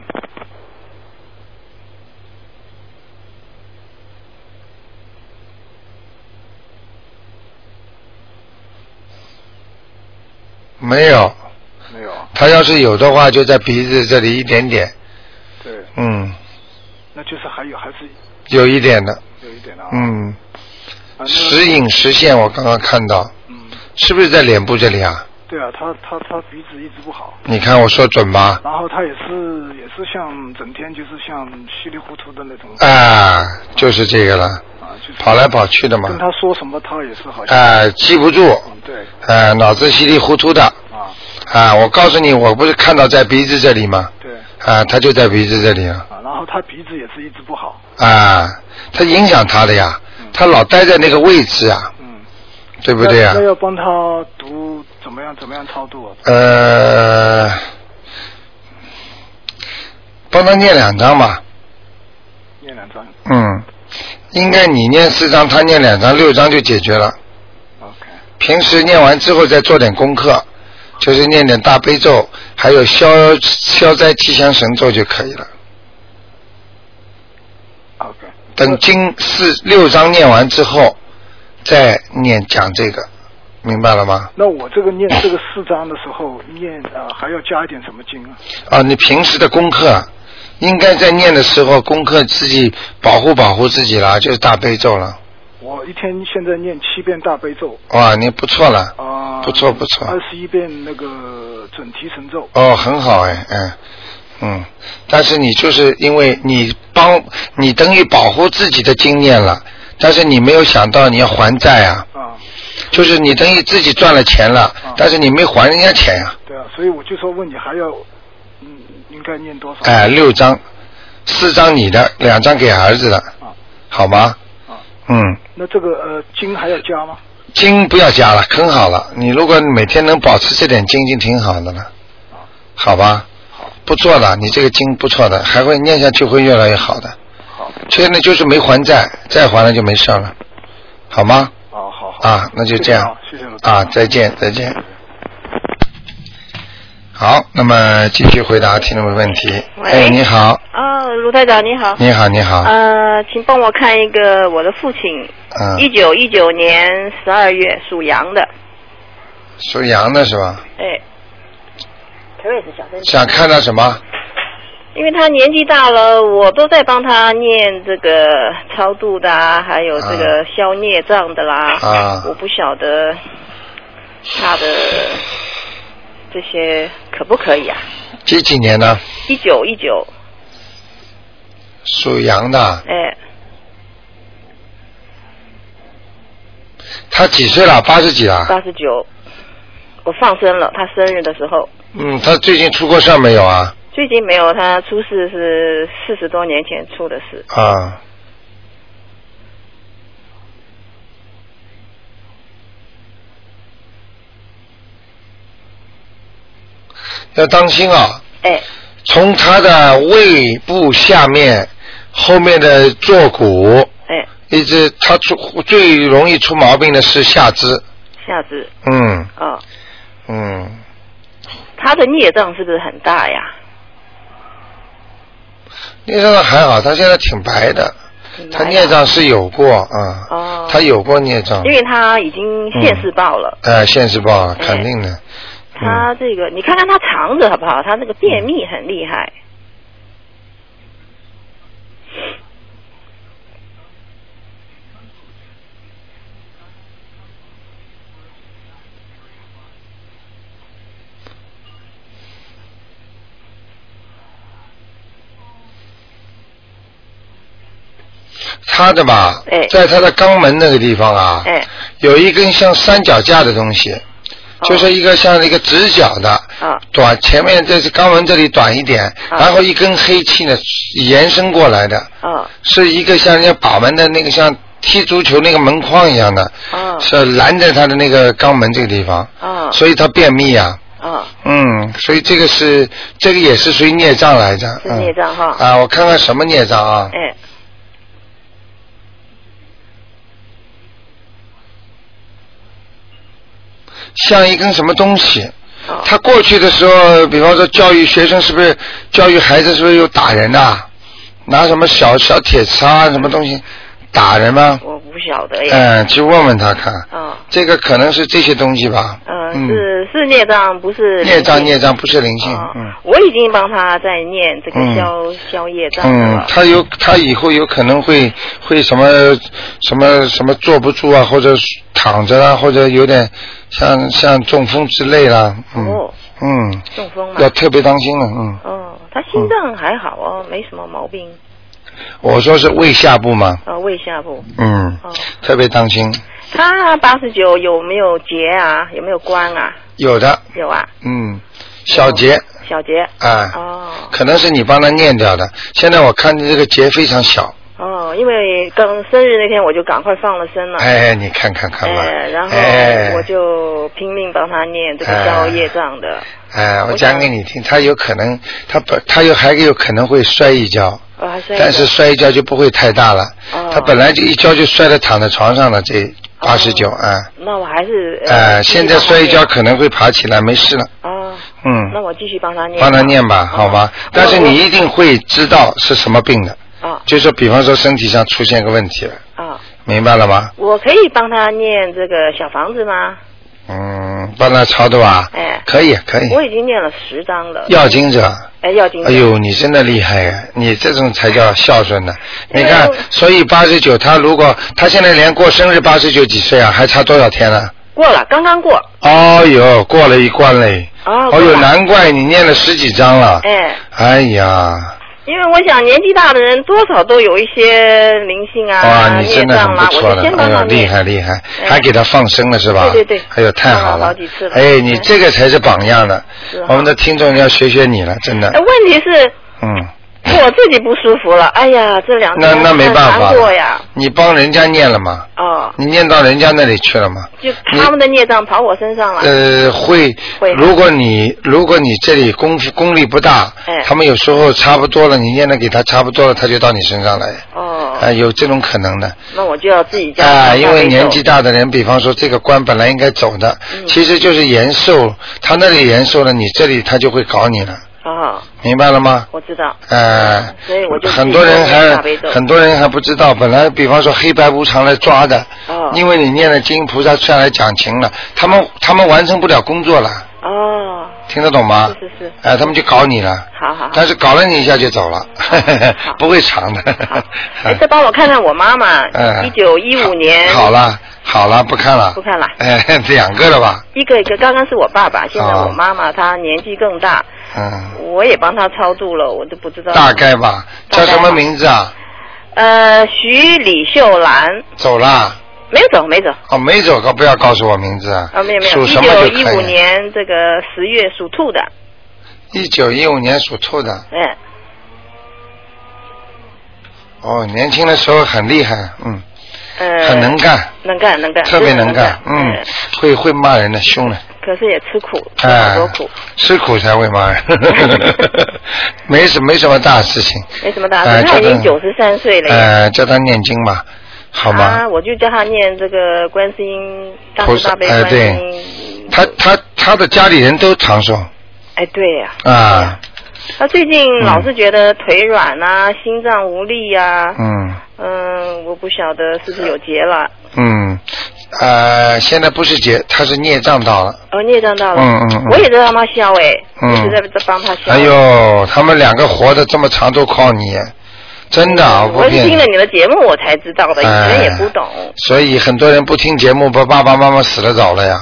Speaker 1: 没有，
Speaker 8: 没有啊，
Speaker 1: 他要是有的话，就在鼻子这里一点点，
Speaker 8: 对，
Speaker 1: 嗯，
Speaker 8: 那就是还有还是
Speaker 1: 有一点的，
Speaker 8: 有一点的啊，
Speaker 1: 嗯，
Speaker 8: 啊，
Speaker 1: 时
Speaker 8: 那
Speaker 1: 隐时现，我刚刚看到，
Speaker 8: 嗯，
Speaker 1: 是不是在脸部这里啊？
Speaker 8: 对啊，他他他鼻子一直不好。
Speaker 1: 你看我说准吧？
Speaker 8: 然后他也是也是像整天就是像稀里糊涂的那种
Speaker 1: 啊，就是这个了，
Speaker 8: 啊，就是
Speaker 1: 跑来跑去的嘛。
Speaker 8: 跟他说什么，他也是好像，
Speaker 1: 啊、记不住，
Speaker 8: 嗯，对，
Speaker 1: 啊、脑子稀里糊涂的，啊、
Speaker 8: 啊，
Speaker 1: 我告诉你，我不是看到在鼻子这里吗？
Speaker 8: 对，
Speaker 1: 啊、他就在鼻子这里啊，
Speaker 8: 啊，然后他鼻子也是一直不好，
Speaker 1: 啊、他影响他的呀，他老待在那个位置啊，
Speaker 8: 嗯，
Speaker 1: 对不对啊
Speaker 8: 那？那要帮他读怎么样怎么样超度啊？
Speaker 1: 呃，帮他念两张吧，
Speaker 8: 念两张
Speaker 1: 嗯，应该你念四张，他念两张，六张就解决了。
Speaker 8: ，OK，
Speaker 1: 平时念完之后再做点功课，就是念点大悲咒，还有消消灾吉祥神咒就可以了。
Speaker 8: OK，
Speaker 1: 等经四六章念完之后，再念讲这个，明白了吗？
Speaker 8: 那我这个念这个四章的时候念啊、呃还要加一点什么经啊？
Speaker 1: 啊，你平时的功课应该在念的时候，功课自己保护保护自己啦，就是大悲咒了。
Speaker 8: 我一天现在念七遍大悲咒
Speaker 1: 哇，你不错了，
Speaker 8: 啊，
Speaker 1: 不错不错
Speaker 8: 二十一遍那个准提神咒，
Speaker 1: 哦，很好哎，嗯嗯，但是你就是因为你帮你等于保护自己的经验了，但是你没有想到你要还债啊，
Speaker 8: 啊，
Speaker 1: 就是你等于自己赚了钱了，但是你没还人家钱呀、
Speaker 8: 对啊，所以我就说问你还要，嗯，应该念多少？
Speaker 1: 哎，六张，四张你的，两张给儿子的，好吗？嗯，
Speaker 8: 那这个呃经还要加吗？
Speaker 1: 经不要加了，坑好了。你如果每天能保持这点经，就挺好的了，好吧？不错的，你这个经不错的，还会念下去会越来越好的。
Speaker 8: 好，
Speaker 1: 现在就是没还债，再还了就没事了，好吗？
Speaker 8: 哦，好好
Speaker 1: 啊，那就这样。
Speaker 8: 谢谢啊谢谢
Speaker 1: 啊，再见，再见。好，那么继续回答听众的问题。
Speaker 6: 喂
Speaker 1: 哎，你好，
Speaker 6: 啊，卢台长你好。
Speaker 1: 你好，你好，
Speaker 6: 呃，请帮我看一个我的父亲，呃一
Speaker 1: 嗯，
Speaker 6: 九一九年十二月属羊的，
Speaker 1: 属羊的是吧？
Speaker 6: 哎。可瑞是小声
Speaker 1: 想看到什么？
Speaker 6: 因为他年纪大了，我都在帮他念这个超度的啊，还有这个消孽障的啦。
Speaker 1: 啊
Speaker 6: 我不晓得他的这些可不可以啊？
Speaker 1: 几几年呢？
Speaker 6: 一九一九，
Speaker 1: 属羊的，
Speaker 6: 哎，
Speaker 1: 他几岁了？八十几了？
Speaker 6: 八十九，我放生了，他生日的时候。
Speaker 1: 嗯，他最近出过事儿没有啊？
Speaker 6: 最近没有，他出事是四十多年前出的事。
Speaker 1: 啊。要当心啊！
Speaker 6: 哎，
Speaker 1: 从他的胃部下面后面的坐骨，
Speaker 6: 哎，
Speaker 1: 一直他出最容易出毛病的是下肢，
Speaker 6: 下肢
Speaker 1: 嗯
Speaker 6: 啊、哦，
Speaker 1: 嗯，
Speaker 6: 他的孽障是不是很大呀？
Speaker 1: 孽障还好，他现在挺白的，他孽障是有过啊，
Speaker 6: 啊哦，
Speaker 1: 他有过孽障
Speaker 6: 因，为他嗯已经现世报了，哎
Speaker 1: 呃，现世报肯定的，嗯
Speaker 6: 他这个你看看他肠子好不好？他那个便秘很厉害。
Speaker 1: 他的吧，
Speaker 6: 哎
Speaker 1: 在他的肛门那个地方啊，
Speaker 6: 哎，哦
Speaker 1: 有一根像三脚架的东西，就是一个像一个直角的，
Speaker 6: 啊
Speaker 1: 短前面这是肛门这里短一点，
Speaker 6: 啊
Speaker 1: 然后一根黑气呢延伸过来的，
Speaker 6: 啊
Speaker 1: 是一个像人家把门的那个像踢足球那个门框一样的，
Speaker 6: 啊
Speaker 1: 是拦着他的那个肛门这个地方，
Speaker 6: 啊
Speaker 1: 所以他便秘啊。
Speaker 6: 啊！
Speaker 1: 嗯，所以这个是这个也是属于孽障来着，
Speaker 6: 是孽障哈
Speaker 1: 嗯、啊，我看看什么孽障啊？
Speaker 6: 哎，
Speaker 1: 像一根什么东西？
Speaker 6: 哦
Speaker 1: 他过去的时候，比方说教育学生是不是教育孩子是不是有打人呐、拿什么小小铁叉啊什么东西打人吗？
Speaker 6: 我不晓得呀。
Speaker 1: 嗯，去问问他看，
Speaker 6: 啊
Speaker 1: 这个可能是这些东西吧。
Speaker 6: 呃，
Speaker 1: 嗯，
Speaker 6: 是是孽障，不是
Speaker 1: 孽障
Speaker 6: 灵性
Speaker 1: 孽障不是灵性，
Speaker 6: 啊
Speaker 1: 嗯
Speaker 6: 我已经帮他在念这
Speaker 1: 嗯
Speaker 6: 个消消业障
Speaker 1: 嗯
Speaker 6: 了，。
Speaker 1: 他有他以后有可能会会什么什么什么坐不住啊，或者躺着啊，或者有点像像中风之类啦，嗯、
Speaker 6: 哦，
Speaker 1: 嗯，
Speaker 6: 中风嘛
Speaker 1: 要。嗯特别当心了，嗯。
Speaker 6: 哦，他心脏还好哦，没什么毛病。
Speaker 1: 我说是胃下部嘛，
Speaker 6: 啊，胃下部。
Speaker 1: 嗯，
Speaker 6: 哦，
Speaker 1: 特别当心。
Speaker 6: 他八十九有没有结啊？有没有关啊？
Speaker 1: 有的，
Speaker 6: 有啊，
Speaker 1: 嗯，小结
Speaker 6: 小结。
Speaker 1: 啊，
Speaker 6: 哦
Speaker 1: 可能是你帮他念掉的。现在我看见这个结非常小，
Speaker 6: 哦，因为刚生日那天我就赶快放了生了。
Speaker 1: 哎，你看看看吧
Speaker 6: 嗯哎，，然
Speaker 1: 哎
Speaker 6: 后我就拼命帮他念这个消业障的，
Speaker 1: 哎，我
Speaker 6: 我
Speaker 1: 讲
Speaker 6: 想
Speaker 1: 给你听，他有可能，他本他有还有可能会摔一跤，
Speaker 6: 我还是
Speaker 1: 但是摔一跤就不会太大了。
Speaker 6: 哦
Speaker 1: 他本来就一跤就摔得躺在床上了，这八十九
Speaker 6: 哦呃
Speaker 1: 啊，
Speaker 6: 那我还是
Speaker 1: 哎，现在摔一跤
Speaker 6: 啊
Speaker 1: 可能会爬起来，没事了，，
Speaker 6: 哦
Speaker 1: 嗯。
Speaker 6: 那我继续帮他念吧，
Speaker 1: 帮他念吧，好吗
Speaker 6: 哦？
Speaker 1: 但是
Speaker 6: 我
Speaker 1: 你一定会知道是什么病的，
Speaker 6: 啊
Speaker 1: 就是比方说身体上出现个问题了，
Speaker 6: 啊，
Speaker 1: 明白了吗？
Speaker 6: 我可以帮他念这个小房子吗？
Speaker 1: 嗯，帮他抄的吧？
Speaker 6: 哎，
Speaker 1: 可以可以。
Speaker 6: 我已经念了十张了。
Speaker 1: 要经者。
Speaker 6: 哎，要经
Speaker 1: 嗯
Speaker 6: 者。
Speaker 1: 哎呦，你真的厉害呀！你这种才叫孝顺呢。你
Speaker 6: 哎
Speaker 1: 看
Speaker 6: 呦，
Speaker 1: 所以八十九，他如果他现在连过生日八十九几岁啊，还差多少天呢、
Speaker 6: 过了，刚刚过。
Speaker 1: 哦呦，过了一关嘞！
Speaker 6: 哦，
Speaker 1: 哦
Speaker 6: 过
Speaker 1: 呦，
Speaker 6: 了
Speaker 1: 难怪你念了十几章了。
Speaker 6: 哎，
Speaker 1: 哎呀，
Speaker 6: 因为我想年纪大的人多少都有一些灵性
Speaker 1: 哇，
Speaker 6: 啊、
Speaker 1: 你
Speaker 6: 孽
Speaker 1: 真的很
Speaker 6: 障啦，
Speaker 1: 不错
Speaker 6: 我就
Speaker 1: 的，
Speaker 6: 先
Speaker 1: 哎
Speaker 6: 帮
Speaker 1: 呦
Speaker 6: 他，
Speaker 1: 厉
Speaker 6: 念。
Speaker 1: 害厉害，
Speaker 6: 哎
Speaker 1: 还给他放生了是吧？
Speaker 6: 对对对
Speaker 1: 哎呦，太好
Speaker 6: 放了
Speaker 1: 了，
Speaker 6: 好几次了
Speaker 1: 哎，你
Speaker 6: 哎
Speaker 1: 这个才是榜样呢。
Speaker 6: 是啊
Speaker 1: 我们的听众要学学你了，真的
Speaker 6: 哎，。问题是
Speaker 1: 嗯，
Speaker 6: 我自己不舒服了，哎呀，这两
Speaker 1: 那
Speaker 6: 天
Speaker 1: 那没
Speaker 6: 很
Speaker 1: 办法
Speaker 6: 难过呀
Speaker 1: 了，，嗯你帮人家念了吗？
Speaker 6: 哦，
Speaker 1: 你念到人家那里去了吗？
Speaker 6: 就他们的孽障跑我身上了，
Speaker 1: 呃，会
Speaker 6: 会，
Speaker 1: 如果你如果你这里功夫功力不大
Speaker 6: 哎，
Speaker 1: 他们有时候差不多了，你念的给他差不多了，他就到你身上来，
Speaker 6: 哦，
Speaker 1: 啊，有这种可能的。
Speaker 6: 那我就要自己家
Speaker 1: 啊，因为年纪
Speaker 6: 大，
Speaker 1: 大的人，比方说这个关本来应该走的，
Speaker 6: 嗯
Speaker 1: 其实就是延寿，他那里延寿了，你这里他就会搞你了，
Speaker 6: 哦，
Speaker 1: 明白了吗？
Speaker 6: 我知道，
Speaker 1: 呃，
Speaker 6: 所以我就
Speaker 1: 很多人
Speaker 6: 自己念
Speaker 1: 还
Speaker 6: 大悲咒
Speaker 1: 很多人还不知道，本来比方说黑白无常来抓的，
Speaker 6: 哦
Speaker 1: 因为你念了经，菩萨下来讲情了，他们他们完成不了工作了，
Speaker 6: 哦，
Speaker 1: 听得懂吗？
Speaker 6: 是啊是是，
Speaker 1: 哎、他们就搞你了，
Speaker 6: 好好好
Speaker 1: 但，是搞了你一下就走了， 不会长的。
Speaker 6: 啊 哎，再帮我看看我妈妈
Speaker 1: 嗯，
Speaker 6: 一九一五年，
Speaker 1: 好，了，好了，不看了。
Speaker 6: 不看了
Speaker 1: 哎，两个了吧？
Speaker 6: 一个一个，刚刚是我爸爸，现在
Speaker 1: 哦
Speaker 6: 我妈妈她年纪更大，
Speaker 1: 嗯，
Speaker 6: 我也帮她超度了，我都不知道，
Speaker 1: 大概吧。
Speaker 6: 大
Speaker 1: 叫
Speaker 6: 概吧
Speaker 1: 什么名字啊？
Speaker 6: 呃，徐李秀兰
Speaker 1: 走啦？
Speaker 6: 没有走，没走。
Speaker 1: 哦，没走，可不要告诉我名字啊。
Speaker 6: 啊，没有没有，
Speaker 1: 属
Speaker 6: 一
Speaker 1: 什么
Speaker 6: 九
Speaker 1: 就
Speaker 6: 一
Speaker 1: 可
Speaker 6: 五
Speaker 1: 以。
Speaker 6: 年这个十月属兔的，
Speaker 1: 一九一五年属兔的。
Speaker 6: 嗯，
Speaker 1: 哦，年轻的时候很厉害，嗯，
Speaker 6: 呃，
Speaker 1: 很能干，
Speaker 6: 能干能干，
Speaker 1: 特别
Speaker 6: 真的
Speaker 1: 能干，嗯，会会骂人的，凶的，
Speaker 6: 可是也吃苦，吃
Speaker 1: 哎
Speaker 6: 好多苦，，
Speaker 1: 吃苦才会 骂人，没什没什么大事情。
Speaker 6: 没什么大
Speaker 1: 哎
Speaker 6: 事。他已
Speaker 1: 叫
Speaker 6: 经九十三岁了耶，
Speaker 1: 呃，叫他念经吧，好吗？
Speaker 6: 啊，我就叫他念这个观世音大
Speaker 1: 菩
Speaker 6: 慈
Speaker 1: 萨
Speaker 6: 大悲
Speaker 1: 哎
Speaker 6: 观
Speaker 1: 对
Speaker 6: 世音，
Speaker 1: 他他他的家里人都长寿
Speaker 6: 哎对呀，
Speaker 1: 啊，
Speaker 6: 他最近
Speaker 1: 嗯
Speaker 6: 老是觉得腿软啊，心脏无力呀，
Speaker 1: 嗯
Speaker 6: 嗯，我不晓得是不是有结了，
Speaker 1: 嗯，呃，现在不是劫，他是孽障到了。
Speaker 6: 哦，孽障到了，
Speaker 1: 嗯嗯嗯
Speaker 6: 我也在帮他消哎，
Speaker 1: 嗯
Speaker 6: 一直在帮他消，
Speaker 1: 哎呦，他们两个活的这么长都靠你，真的啊，不
Speaker 6: 我是
Speaker 1: 骗哎
Speaker 6: 听了
Speaker 1: 你。
Speaker 6: 你的节目我才知道的，以前也不懂。
Speaker 1: 哎所以很多人不听节目，把爸爸妈妈死得早了呀，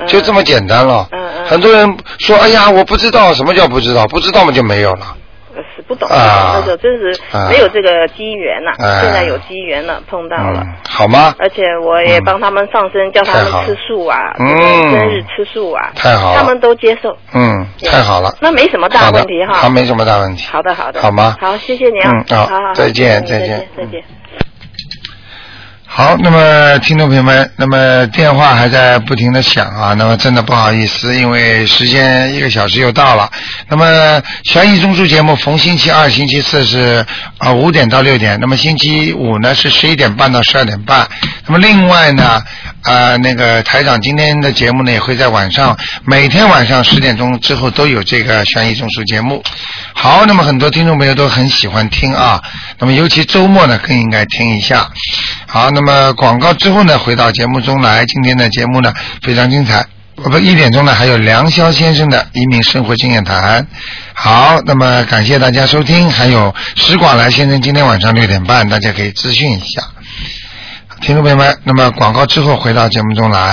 Speaker 6: 嗯
Speaker 1: 就这么简单了。
Speaker 6: 嗯嗯
Speaker 1: 很多人说，哎呀，我不知道，什么叫不知道？不知道嘛就没有了。
Speaker 6: 呃是不懂，
Speaker 1: 啊
Speaker 6: 那时候真是没有这个机缘呐、
Speaker 1: 啊
Speaker 6: 现在有机缘了，碰到了。呃
Speaker 1: 嗯，好吗？
Speaker 6: 而且我也帮他们上身，叫他
Speaker 1: 嗯太好了
Speaker 6: 们吃素啊，
Speaker 1: 嗯
Speaker 6: 这个生日吃素啊，
Speaker 1: 太好了
Speaker 6: 他们都接受，
Speaker 1: 嗯，太好了。
Speaker 6: 那没什么大
Speaker 1: 好的
Speaker 6: 问题哈。
Speaker 1: 他没什么大问题。
Speaker 6: 好的，好的，
Speaker 1: 好吗
Speaker 6: 好，谢谢你啊，
Speaker 1: 嗯好
Speaker 6: 好好，
Speaker 1: 再见
Speaker 6: 嗯
Speaker 1: 再
Speaker 6: 再
Speaker 1: 见
Speaker 6: 再见。
Speaker 1: 好，那么听众朋友们，那么电话还在不停的响啊，那么真的不好意思，因为时间一个小时又到了。那么悬疑综述节目逢星期二、星期四是啊五、5点到六点，那么星期五呢是十一点半到十二点半。那么另外呢，啊那个台长今天的节目呢也会在晚上，每天晚上十点钟之后都有这个悬疑综述节目。好，那么很多听众朋友都很喜欢听啊，那么尤其周末呢更应该听一下。好，那么广告之后呢，回到节目中来。今天的节目呢非常精彩。我们一点钟呢还有梁霄先生的移民生活经验谈。好，那么感谢大家收听，还有石广来先生今天晚上六点半，大家可以咨询一下。听众朋友们，那么广告之后回到节目中来。